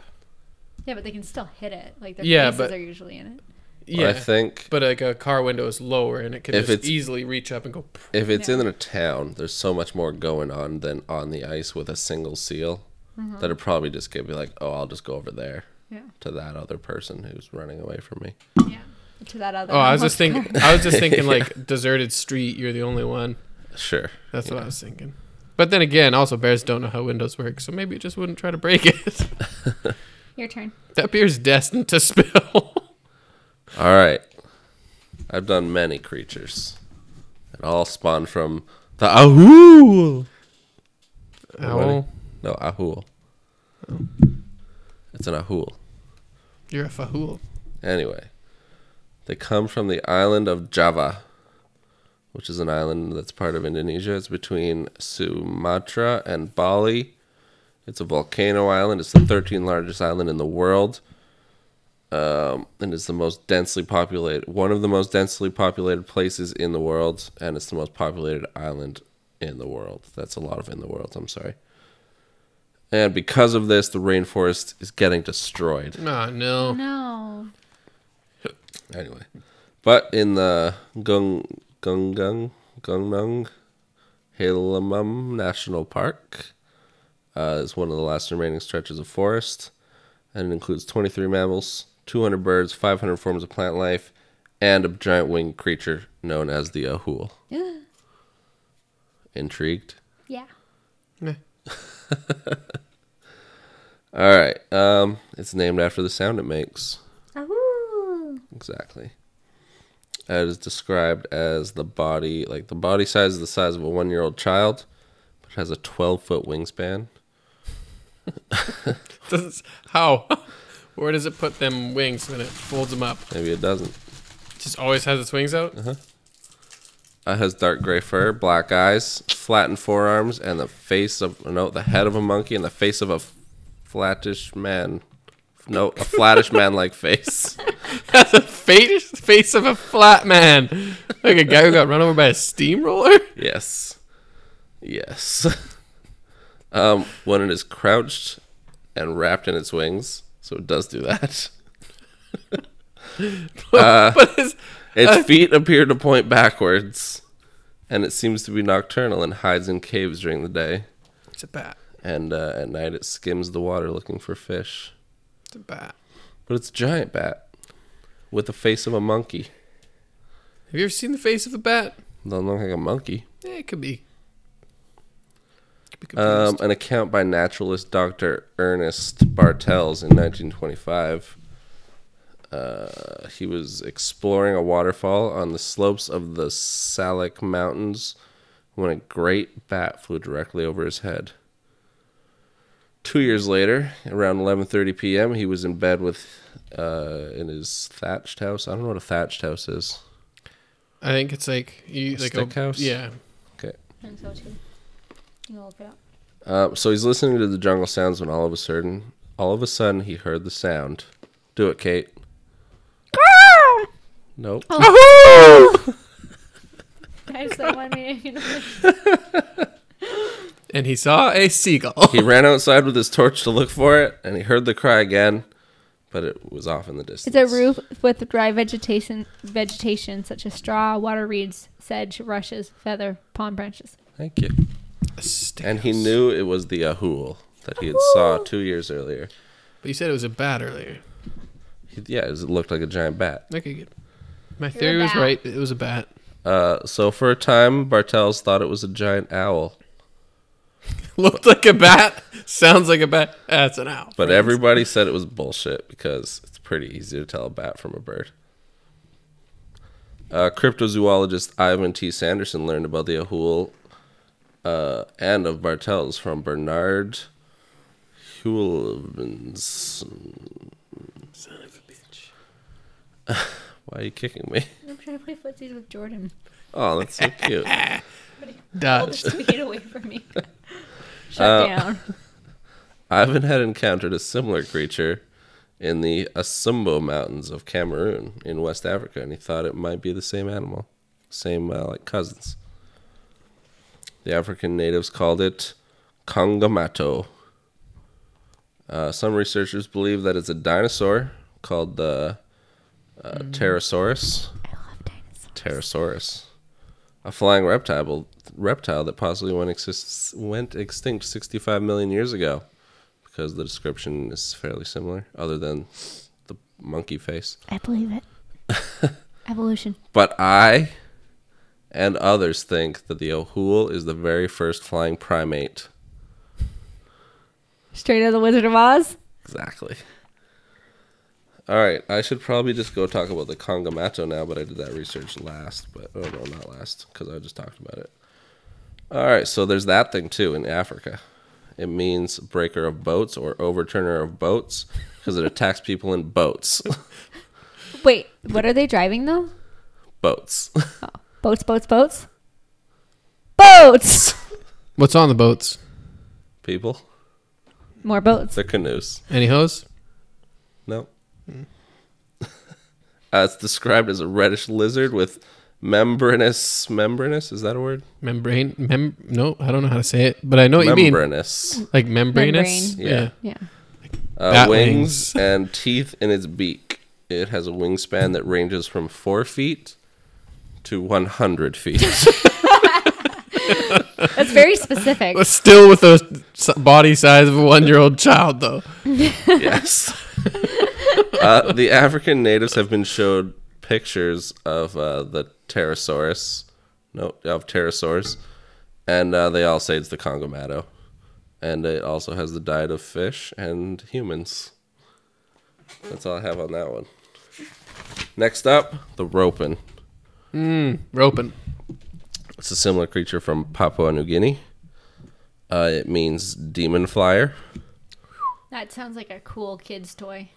Speaker 1: yeah, but they can still hit it. Like their
Speaker 3: Yeah,
Speaker 1: faces
Speaker 3: but-
Speaker 1: are usually in it.
Speaker 3: Yeah,
Speaker 2: I think
Speaker 3: but like a car window is lower, and it could
Speaker 2: If
Speaker 3: just
Speaker 2: it's-
Speaker 3: easily reach up and go. pff.
Speaker 2: if it's
Speaker 1: Yeah.
Speaker 2: in a town, there's so much more going on than on the ice with a single seal
Speaker 1: Mm-hmm.
Speaker 2: that it probably just could be like, oh, I'll just go over there
Speaker 1: Yeah.
Speaker 2: to that other person who's running away from me.
Speaker 1: Yeah. To that other.
Speaker 3: Oh, I was
Speaker 1: animal.
Speaker 3: just thinking. I was just thinking like deserted street. You're the only one.
Speaker 2: Sure.
Speaker 3: That's what I was thinking. But then again, also bears don't know how windows work, so maybe it just wouldn't try to break it.
Speaker 1: Your turn.
Speaker 3: that beer's destined to spill.
Speaker 2: All right. I've done many creatures. It all spawned from the Ahul.
Speaker 3: Owl,
Speaker 2: No, Ahul. It's an Ahul.
Speaker 3: you're a fahool.
Speaker 2: Anyway, they come from the island of Java, which is an island that's part of Indonesia. It's between Sumatra and Bali. It's a volcano island. It's the 13th largest island in the world. Um, and it's the most densely populated, one of the most densely populated places in the world. And it's the most populated island in the world. That's a lot of in the world. I'm sorry. And because of this, the rainforest is getting destroyed
Speaker 3: Oh no.
Speaker 1: No.
Speaker 2: anyway. But in the Gung Gungung Gungnung Hilamum National Park uh, is one of the last remaining stretches of forest, and it includes 23 mammals, 200 birds, 500 forms of plant life, and a giant winged creature known as the Ahul. Intrigued?
Speaker 1: Yeah.
Speaker 3: Nah.
Speaker 2: All right. Um, it's named after the sound it makes.
Speaker 1: Ahoo.
Speaker 2: Exactly. It is described as the body, like the body size is the size of a one year old child, but has a 12 foot wingspan.
Speaker 3: Does- How? Where does it put them wings when it folds them up?
Speaker 2: Maybe it doesn't.
Speaker 3: Just always has its wings out.
Speaker 2: It has dark gray fur, black eyes, flattened forearms, and the face of, no, the head of a monkey and the face of a f- flattish man. No, a flattish man like face.
Speaker 3: Has a face face of a flat man, like a guy who got run over by a steamroller.
Speaker 2: Yes. Yes. um, when it is crouched and wrapped in its wings, so it does do that.
Speaker 3: but it's,
Speaker 2: Its feet appear to point backwards, and it seems to be nocturnal and hides in caves during the day.
Speaker 3: it's a bat.
Speaker 2: And uh, at night, it skims the water looking for fish.
Speaker 3: It's a bat.
Speaker 2: But it's a giant bat with the face of a monkey.
Speaker 3: Have you ever seen the face of a bat?
Speaker 2: Doesn't look like a monkey.
Speaker 3: Yeah, it could be. Could be confused.
Speaker 2: Um, an account by naturalist Dr. Ernest Bartels in 1925. Uh, he was exploring a waterfall on the slopes of the Salic Mountains when a great bat flew directly over his head. Two years later, around 11:30 p.m., he was in bed with uh, in his thatched house. I don't know what a thatched house is.
Speaker 3: I think it's like you
Speaker 2: A
Speaker 3: like
Speaker 2: stick house?
Speaker 3: Yeah.
Speaker 1: I think so too. You'll look it up.
Speaker 2: Uh, so he's listening to the jungle sounds when all of a sudden, all of a sudden, he heard the sound. Do it, Kate. Nope.
Speaker 1: Guys, that one minute, you know,
Speaker 3: And he saw a seagull.
Speaker 2: He ran outside with his torch to look for it, and he heard the cry again, but it was off in the distance.
Speaker 1: It's a roof with dry vegetation, vegetation such as straw, water reeds, sedge, rushes, feather, palm branches.
Speaker 2: Thank you.
Speaker 3: A stick
Speaker 2: And he
Speaker 3: house.
Speaker 2: knew it was the ahul that he had saw two years earlier.
Speaker 3: But you said it was a bat earlier.
Speaker 2: He, yeah, it, was- it looked like a giant bat.
Speaker 3: Okay, good. My theory
Speaker 1: a
Speaker 3: was
Speaker 1: bat.
Speaker 3: right. It was a bat.
Speaker 2: Uh, so for a time, Bartels thought it was a giant owl,
Speaker 3: Looked like a bat. Sounds like a bat. That's an owl.
Speaker 2: but everybody said it was bullshit because it's pretty easy to tell a bat from a bird. Uh, cryptozoologist Ivan T. Sanderson learned about the ahul uh, and of Bartels from Bernard Hulvins.
Speaker 3: Son of a bitch.
Speaker 2: Why are you kicking me?
Speaker 1: I'm trying to play footsies with Jordan.
Speaker 2: Oh, that's so cute.
Speaker 1: Hold
Speaker 3: Does.
Speaker 1: this tweet away from me.
Speaker 3: Uh,
Speaker 1: Shut down.
Speaker 2: Ivan had encountered a similar creature in the Asumbo Mountains of Cameroon in West Africa, and he thought it might be the same animal, same uh, like cousins. The African natives called it Kongamato. Uh, some researchers believe that it's a dinosaur called the uh,
Speaker 1: Mm.
Speaker 2: Pterosaurus.
Speaker 1: I love dinosaurs.
Speaker 2: Pterosaurus, a flying reptile reptile that possibly went exists, went extinct 65 million years ago, because the description is fairly similar, other than the monkey face.
Speaker 1: I believe it. Evolution.
Speaker 2: But I and others think that the Ohul is the very first flying primate.
Speaker 1: Straight out of the Wizard of Oz.
Speaker 2: Exactly. All right, I should probably just go talk about the Kongamato now, but I did that research last, but oh no, not last, because I just talked about it. All right, so there's that thing too in Africa. It means breaker of boats or overturner of boats because it attacks people in boats.
Speaker 1: Wait, what are they driving though?
Speaker 2: boats.
Speaker 1: Boats, boats, boats? Boats!
Speaker 3: What's on the boats?
Speaker 2: People,
Speaker 1: More boats.
Speaker 2: they're canoes.
Speaker 3: Any hose?
Speaker 2: No. Uh, it's described Hmm. as a reddish lizard with membranous. Membranous? Is that a word?
Speaker 3: Membrane? Mem? No, I don't know how to say it, but I know what you mean.
Speaker 2: membranous.
Speaker 3: Like membranous.
Speaker 1: Membrane.
Speaker 2: Yeah.
Speaker 1: Yeah.
Speaker 2: uh,
Speaker 3: Bat
Speaker 2: wings
Speaker 3: wings.
Speaker 2: and teeth in its beak. It has a wingspan that ranges from four feet to 100 feet.
Speaker 1: That's very specific.
Speaker 3: But still with the s- body size of a one-year-old child, though.
Speaker 2: yes. uh, the African natives have been showed pictures of uh, the pterosaurus, no, of pterosaurs, and uh, they all say it's the Congomato. And it also has the diet of fish and humans. That's all I have on that one. Next up, the ropin.
Speaker 3: Roping.
Speaker 2: It's a similar creature from Papua New Guinea. Uh, it means demon flyer.
Speaker 1: That sounds like a cool kid's toy.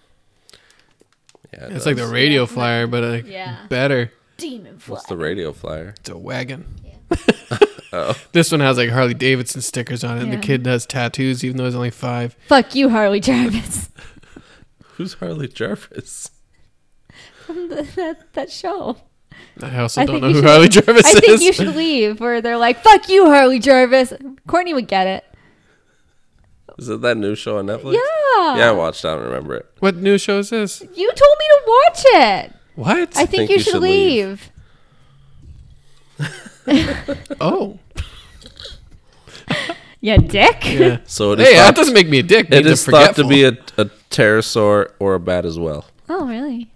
Speaker 2: Yeah, it
Speaker 3: It's like the
Speaker 2: does.
Speaker 3: radio flyer, but like
Speaker 1: Yeah.
Speaker 3: better.
Speaker 1: Demon fly.
Speaker 2: What's the radio flyer?
Speaker 3: It's a wagon.
Speaker 1: Yeah.
Speaker 3: Oh. This one has like Harley Davidson stickers on it. and The
Speaker 1: Yeah.
Speaker 3: kid has tattoos, even though he's only five.
Speaker 1: Fuck you, Harley Travis.
Speaker 2: Who's Harley Jarvis?
Speaker 1: that, that show.
Speaker 3: I also
Speaker 1: I
Speaker 3: don't
Speaker 1: think
Speaker 3: know
Speaker 1: you
Speaker 3: who
Speaker 1: should-
Speaker 3: Harley Jarvis
Speaker 1: I think
Speaker 3: is.
Speaker 1: you should leave. Where they're like, "Fuck you, Harley Jarvis." Courtney would get it.
Speaker 2: Is it that new show on Netflix?
Speaker 1: Yeah.
Speaker 2: Yeah, I watched. it. I don't remember it.
Speaker 3: What new show is this?
Speaker 1: You told me to watch it.
Speaker 3: What?
Speaker 1: I think, you, should, leave.
Speaker 3: oh,
Speaker 1: Yeah, dick.
Speaker 3: yeah.
Speaker 2: So it is
Speaker 3: hey, that
Speaker 2: thought,
Speaker 3: doesn't make me a dick.
Speaker 2: it
Speaker 3: It
Speaker 2: is thought to be a, a pterosaur or a bat as well.
Speaker 1: oh, really?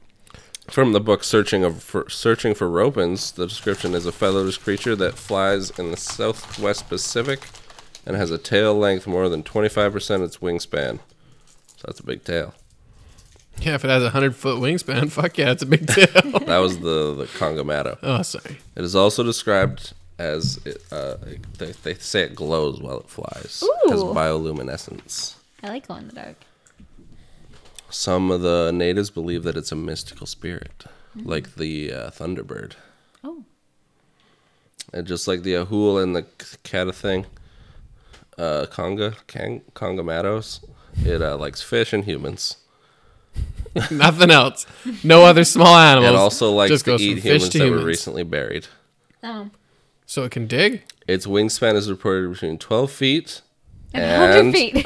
Speaker 2: From the book Searching of for, Searching for Ropins, the description is a featherless creature that flies in the southwest Pacific and has a tail length more than 25% its wingspan. So that's a big tail.
Speaker 3: yeah. If it has a hundred foot wingspan, fuck yeah, it's a big deal.
Speaker 2: That was the the Congomato.
Speaker 3: oh, sorry.
Speaker 2: It is also described as it, uh, they, they say it glows while it flies. It has
Speaker 1: Ooh.
Speaker 2: bioluminescence.
Speaker 1: I like glow in the dark.
Speaker 2: Some of
Speaker 1: Mm-hmm.
Speaker 2: the natives believe that it's a mystical spirit, like the uh, Thunderbird.
Speaker 1: Oh,
Speaker 2: And just like the Ahul and the Kata thing, uh, Conga, Kang, Conga Matos, it uh, likes fish and humans.
Speaker 3: Nothing else. No other small animals.
Speaker 2: It also likes
Speaker 3: Just
Speaker 2: to
Speaker 3: goes
Speaker 2: eat
Speaker 3: from
Speaker 2: humans,
Speaker 3: fish to
Speaker 2: that
Speaker 3: humans.
Speaker 2: were recently buried.
Speaker 1: Oh.
Speaker 3: So it can dig.
Speaker 2: Its wingspan is reported between 12 feet
Speaker 1: And 100
Speaker 2: and
Speaker 1: feet.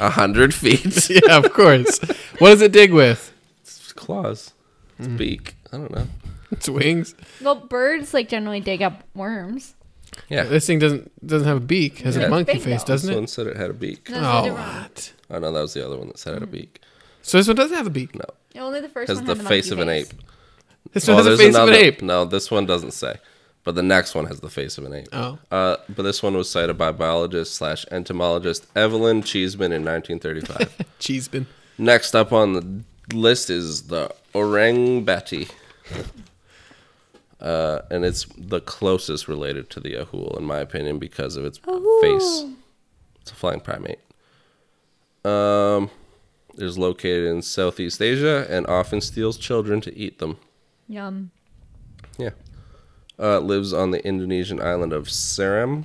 Speaker 2: 100 feet.
Speaker 3: Yeah, of course. what does it dig with?
Speaker 2: Its claws, its
Speaker 3: Mm-hmm.
Speaker 2: beak. I don't know.
Speaker 3: Its wings.
Speaker 1: Well, birds like generally dig up worms.
Speaker 2: Yeah.
Speaker 3: This thing doesn't doesn't have a beak. Has
Speaker 2: Yeah.
Speaker 3: a monkey
Speaker 1: Big
Speaker 3: face,
Speaker 1: though.
Speaker 2: This
Speaker 3: doesn't
Speaker 2: one
Speaker 3: it?
Speaker 2: said it had a beak.
Speaker 1: No,
Speaker 3: Oh,
Speaker 1: oh.
Speaker 3: what?
Speaker 2: Oh, no, that was the other one that said it had a beak.
Speaker 3: So this one doesn't have a beak.
Speaker 2: No.
Speaker 1: Only the first
Speaker 2: Has
Speaker 1: Mm-hmm. one
Speaker 2: the
Speaker 1: had
Speaker 2: face of
Speaker 1: monkey
Speaker 2: an ape.
Speaker 3: This
Speaker 2: Oh,
Speaker 3: one has
Speaker 2: there's
Speaker 3: the face
Speaker 2: another.
Speaker 3: of an ape.
Speaker 2: No, this one doesn't say. But the next one has the face of an ape.
Speaker 3: Oh.
Speaker 2: Uh, but this one was cited by biologist slash entomologist Evelyn Cheeseman in 1935.
Speaker 3: Cheese bin.
Speaker 2: next up on the list is the orang bati. Uh, and it's the closest related to the ahul, in my opinion, because of its face.
Speaker 1: Ahul.
Speaker 2: It's a flying primate. Um, it is located in Southeast Asia and often steals children to eat them.
Speaker 1: Yum.
Speaker 2: Yeah. Uh, it lives on the Indonesian island of Seram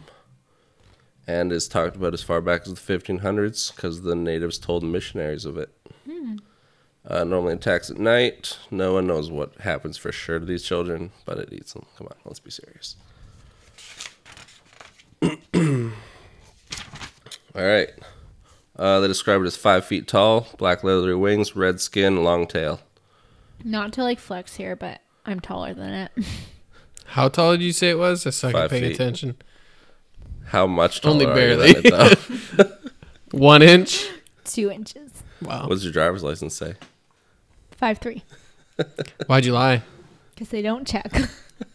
Speaker 2: and is talked about as far back as the 1500s because the natives told missionaries of it. Uh, normally attacks at night. No one knows what happens for sure to these children, but it eats them. Come on, let's be serious. All right. Uh, they describe it as five feet tall, black leathery wings, red skin, long tail.
Speaker 1: Not to like flex here, but I'm taller than it.
Speaker 3: How tall did you say it was? I suck
Speaker 2: Five
Speaker 3: at paying
Speaker 2: feet.
Speaker 3: attention.
Speaker 2: How much taller
Speaker 3: Only
Speaker 2: are you
Speaker 3: barely.
Speaker 2: than it, though?
Speaker 3: One inch.
Speaker 1: Two inches.
Speaker 3: Wow.
Speaker 2: What does your driver's license say?
Speaker 1: Five three.
Speaker 3: Why'd you lie?
Speaker 1: Because they don't check.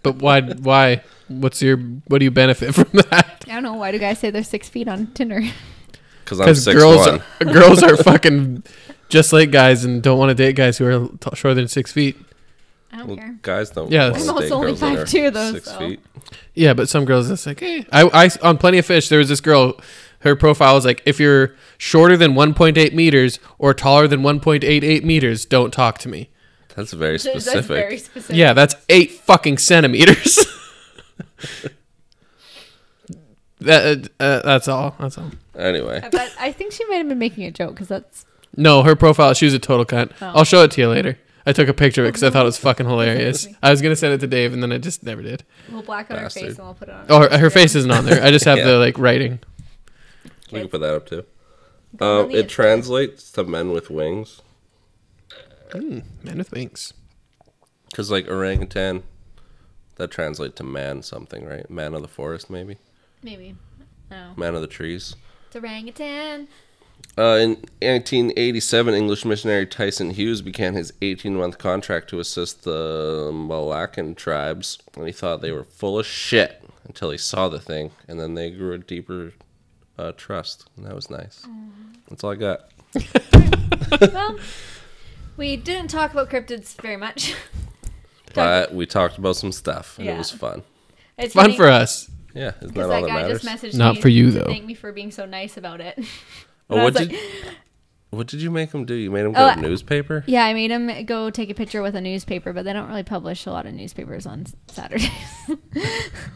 Speaker 3: But why? Why? What's your? What do you benefit from that?
Speaker 1: I don't know why do guys say they're six feet on Tinder.
Speaker 2: Because I'm six
Speaker 3: girls,
Speaker 2: one.
Speaker 3: Are, girls are fucking just like guys and don't want to date guys who are t- shorter than six feet.
Speaker 1: I don't
Speaker 2: Well,
Speaker 1: care.
Speaker 2: guys don't.
Speaker 3: Yeah,
Speaker 2: wanna
Speaker 3: I'm
Speaker 1: also
Speaker 2: date
Speaker 1: only
Speaker 2: girls that are
Speaker 1: 5'2" though,
Speaker 2: Six
Speaker 1: so.
Speaker 2: feet.
Speaker 3: Yeah, but some girls it's like, hey, I, I on Plenty of Fish there was this girl. Her profile was like, if you're shorter than 1.8 meters or taller than 1.88 meters, don't talk to me.
Speaker 2: That's very specific.
Speaker 1: specific.
Speaker 3: Yeah, that's eight fucking centimeters. that uh, that's all. That's all.
Speaker 2: Anyway,
Speaker 1: But I think she might have been making a joke because that's
Speaker 3: No, her profile. She was a total cunt.
Speaker 1: Oh.
Speaker 3: I'll show it to you later. I took a picture of it because I thought it was fucking hilarious.
Speaker 1: me.
Speaker 3: I was gonna send it to Dave, and then I just never did.
Speaker 1: we'll black out her
Speaker 2: Bastard.
Speaker 1: face and we'll put it on.
Speaker 3: Oh, her, her face isn't on there. I just have
Speaker 2: Yeah.
Speaker 3: the like writing.
Speaker 2: we can put that up too.
Speaker 1: on
Speaker 2: Um,
Speaker 1: the
Speaker 2: it
Speaker 1: Insta.
Speaker 2: translates to men with wings
Speaker 3: Man with wings.
Speaker 2: because, like orangutan, that translates to man something, right? Man of the forest, maybe.
Speaker 1: Maybe. No.
Speaker 2: Man of the trees.
Speaker 1: It's orangutan.
Speaker 2: Uh, in 1887, English missionary Tyson Hughes began his 18-month contract to assist the Malaccan tribes, and he thought they were full of shit until he saw the thing, and then they grew a deeper uh, trust, and that was nice.
Speaker 1: Mm-hmm.
Speaker 2: That's all I got.
Speaker 1: well, we didn't talk about cryptids very much.
Speaker 2: But we talked about some stuff, and it
Speaker 1: Yeah.
Speaker 2: was fun.
Speaker 1: It's
Speaker 3: Fun for us.
Speaker 2: Yeah, isn't
Speaker 1: Because
Speaker 2: that
Speaker 1: that
Speaker 2: all that
Speaker 1: guy just
Speaker 2: matters?
Speaker 1: messaged
Speaker 3: Not
Speaker 1: me
Speaker 3: for you,
Speaker 1: to
Speaker 3: though.
Speaker 1: Thank me for being so nice about it.
Speaker 2: Oh,
Speaker 1: And I
Speaker 2: what
Speaker 1: was
Speaker 2: did what did you make him do? You made him
Speaker 1: Oh,
Speaker 2: go
Speaker 1: I-
Speaker 2: to newspaper?
Speaker 1: Yeah, I made him go take a picture with a newspaper, but they don't really publish a lot of newspapers on s- Saturdays.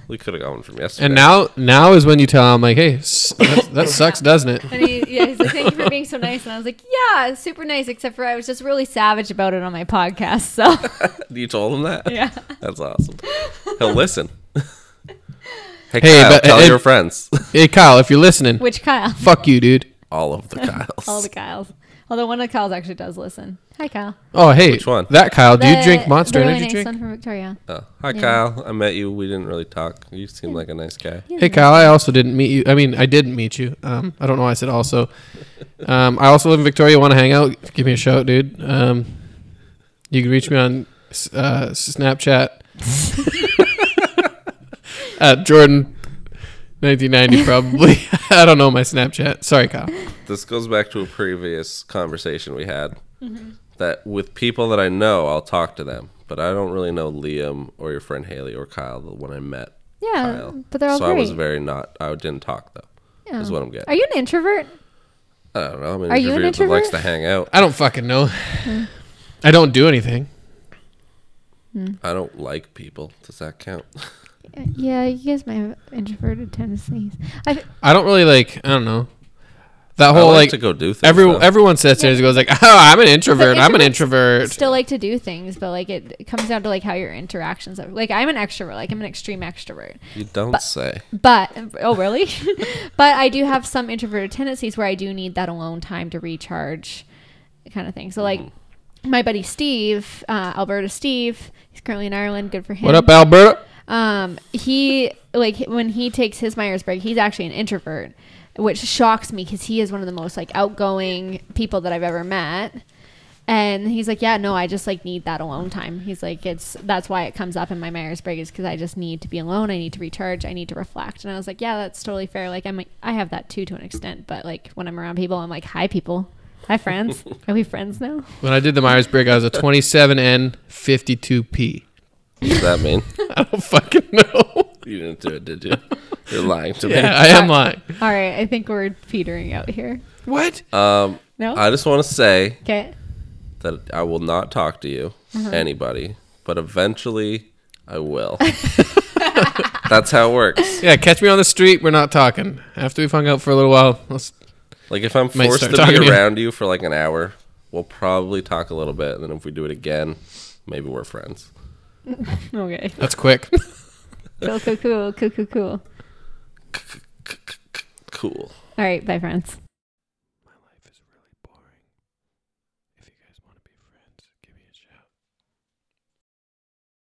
Speaker 2: We could have gone from yesterday.
Speaker 3: And now, now is when you tell him like, hey, s- that, that sucks, doesn't it?
Speaker 1: and he, yeah, he's like, "Thank you for being so nice," and I was like, "Yeah, it's super nice." Except for I was just really savage about it on my podcast. So
Speaker 2: you told him that.
Speaker 1: yeah,
Speaker 2: That's awesome. He'll listen. hey,
Speaker 3: Hey,
Speaker 2: Kyle,
Speaker 3: but-
Speaker 2: tell
Speaker 3: and-
Speaker 2: your friends.
Speaker 3: Hey, Kyle, if you're listening,
Speaker 1: which Kyle?
Speaker 3: fuck you, dude.
Speaker 2: All of the Kyles.
Speaker 1: All the Kyles. Although one of the Kyles actually does listen. Hi, Kyle.
Speaker 3: Oh, hey,
Speaker 2: Which one?
Speaker 3: that Kyle? Do you
Speaker 1: The-
Speaker 3: drink Monster
Speaker 1: the really
Speaker 3: Energy
Speaker 1: nice
Speaker 3: drink?
Speaker 1: one from Victoria.
Speaker 2: Oh, hi,
Speaker 1: Yeah.
Speaker 2: Kyle. I met you. We didn't really talk. You seem like a nice guy.
Speaker 1: He's
Speaker 3: Hey
Speaker 1: nice.
Speaker 3: Kyle, I also didn't meet you. I mean, I didn't meet you. Um, I don't know why I said also. Um, I also live in Victoria. Want to hang out? Give me a shout, dude. Um, you can reach me on uh, Snapchat at Jordan. 1990 probably i don't know my snapchat sorry kyle
Speaker 2: This goes back to a previous conversation we had.
Speaker 1: Mm-hmm.
Speaker 2: That with people that I know, I'll talk to them, but I don't really know Liam or your friend Haley or Kyle the one I met.
Speaker 1: Yeah,
Speaker 2: Kyle.
Speaker 1: Oh, but they're all
Speaker 2: so
Speaker 1: great.
Speaker 2: I was very not. I didn't talk though.
Speaker 1: yeah.
Speaker 2: Is what I'm getting.
Speaker 1: Are you an introvert?
Speaker 2: I don't know. I'm an
Speaker 1: Are you
Speaker 2: introvert
Speaker 1: an
Speaker 2: that likes to
Speaker 1: introvert?
Speaker 2: hang out.
Speaker 3: i don't fucking know i don't do anything
Speaker 2: I don't like people. Does that count?
Speaker 1: Uh, Yeah, you guys might have introverted tendencies. I
Speaker 3: I don't really like. I don't know. That
Speaker 2: I
Speaker 3: whole
Speaker 2: like,
Speaker 3: like,
Speaker 2: to go do things.
Speaker 3: every
Speaker 2: though.
Speaker 3: everyone sits there and goes like, "Oh, I'm an introvert. I'm an
Speaker 1: introverts
Speaker 3: introvert."
Speaker 1: still like to do things, but like it, it comes down to like how your interactions are. Like I'm an extrovert, like I'm an extreme extrovert.
Speaker 2: you don't
Speaker 1: but-
Speaker 2: say.
Speaker 1: But oh really? but I do have some introverted tendencies where I do need that alone time to recharge, kind of thing. So like
Speaker 3: Mm-hmm.
Speaker 1: my buddy Steve, uh, Alberta Steve, he's currently in Ireland. Good for him.
Speaker 3: What up, Alberta?
Speaker 1: Um, he like when he takes his Myers Briggs, he's actually an introvert, which shocks me because he is one of the most like outgoing people that I've ever met. And he's like, yeah, no, I just like need that alone time. He's like, it's that's why it comes up in my Myers Briggs because I just need to be alone. I need to recharge. I need to reflect. And I was like, yeah, that's totally fair. Like I'm, I have that too to an extent. But like when I'm around people, I'm like, hi, people, hi, friends. Are we friends now?
Speaker 3: When I did the Myers Briggs, I was a 27N 52P.
Speaker 2: What does that mean?
Speaker 3: I don't fucking know.
Speaker 2: you didn't do it, did you? You're lying to
Speaker 3: Yeah, I am lying.
Speaker 1: All right, I think we're petering out here.
Speaker 3: What?
Speaker 2: me. Um,
Speaker 1: No.
Speaker 2: I just want to say
Speaker 1: okay.
Speaker 2: that I will not talk to you, anybody, but eventually I will. That's how it works.
Speaker 3: Yeah, catch me on the street. We're not talking. After we've hung out for a little while, let's,
Speaker 2: Like if I'm
Speaker 3: Might
Speaker 2: forced
Speaker 3: start
Speaker 2: to be
Speaker 3: talking to you.
Speaker 2: around you for like an hour, we'll probably talk a little bit, and then if we do it again, maybe we're friends.
Speaker 1: Okay.
Speaker 3: that's quick.
Speaker 1: Cool, cool, cool, cool, cool, cool.
Speaker 2: Cool.
Speaker 1: All right, bye, friends.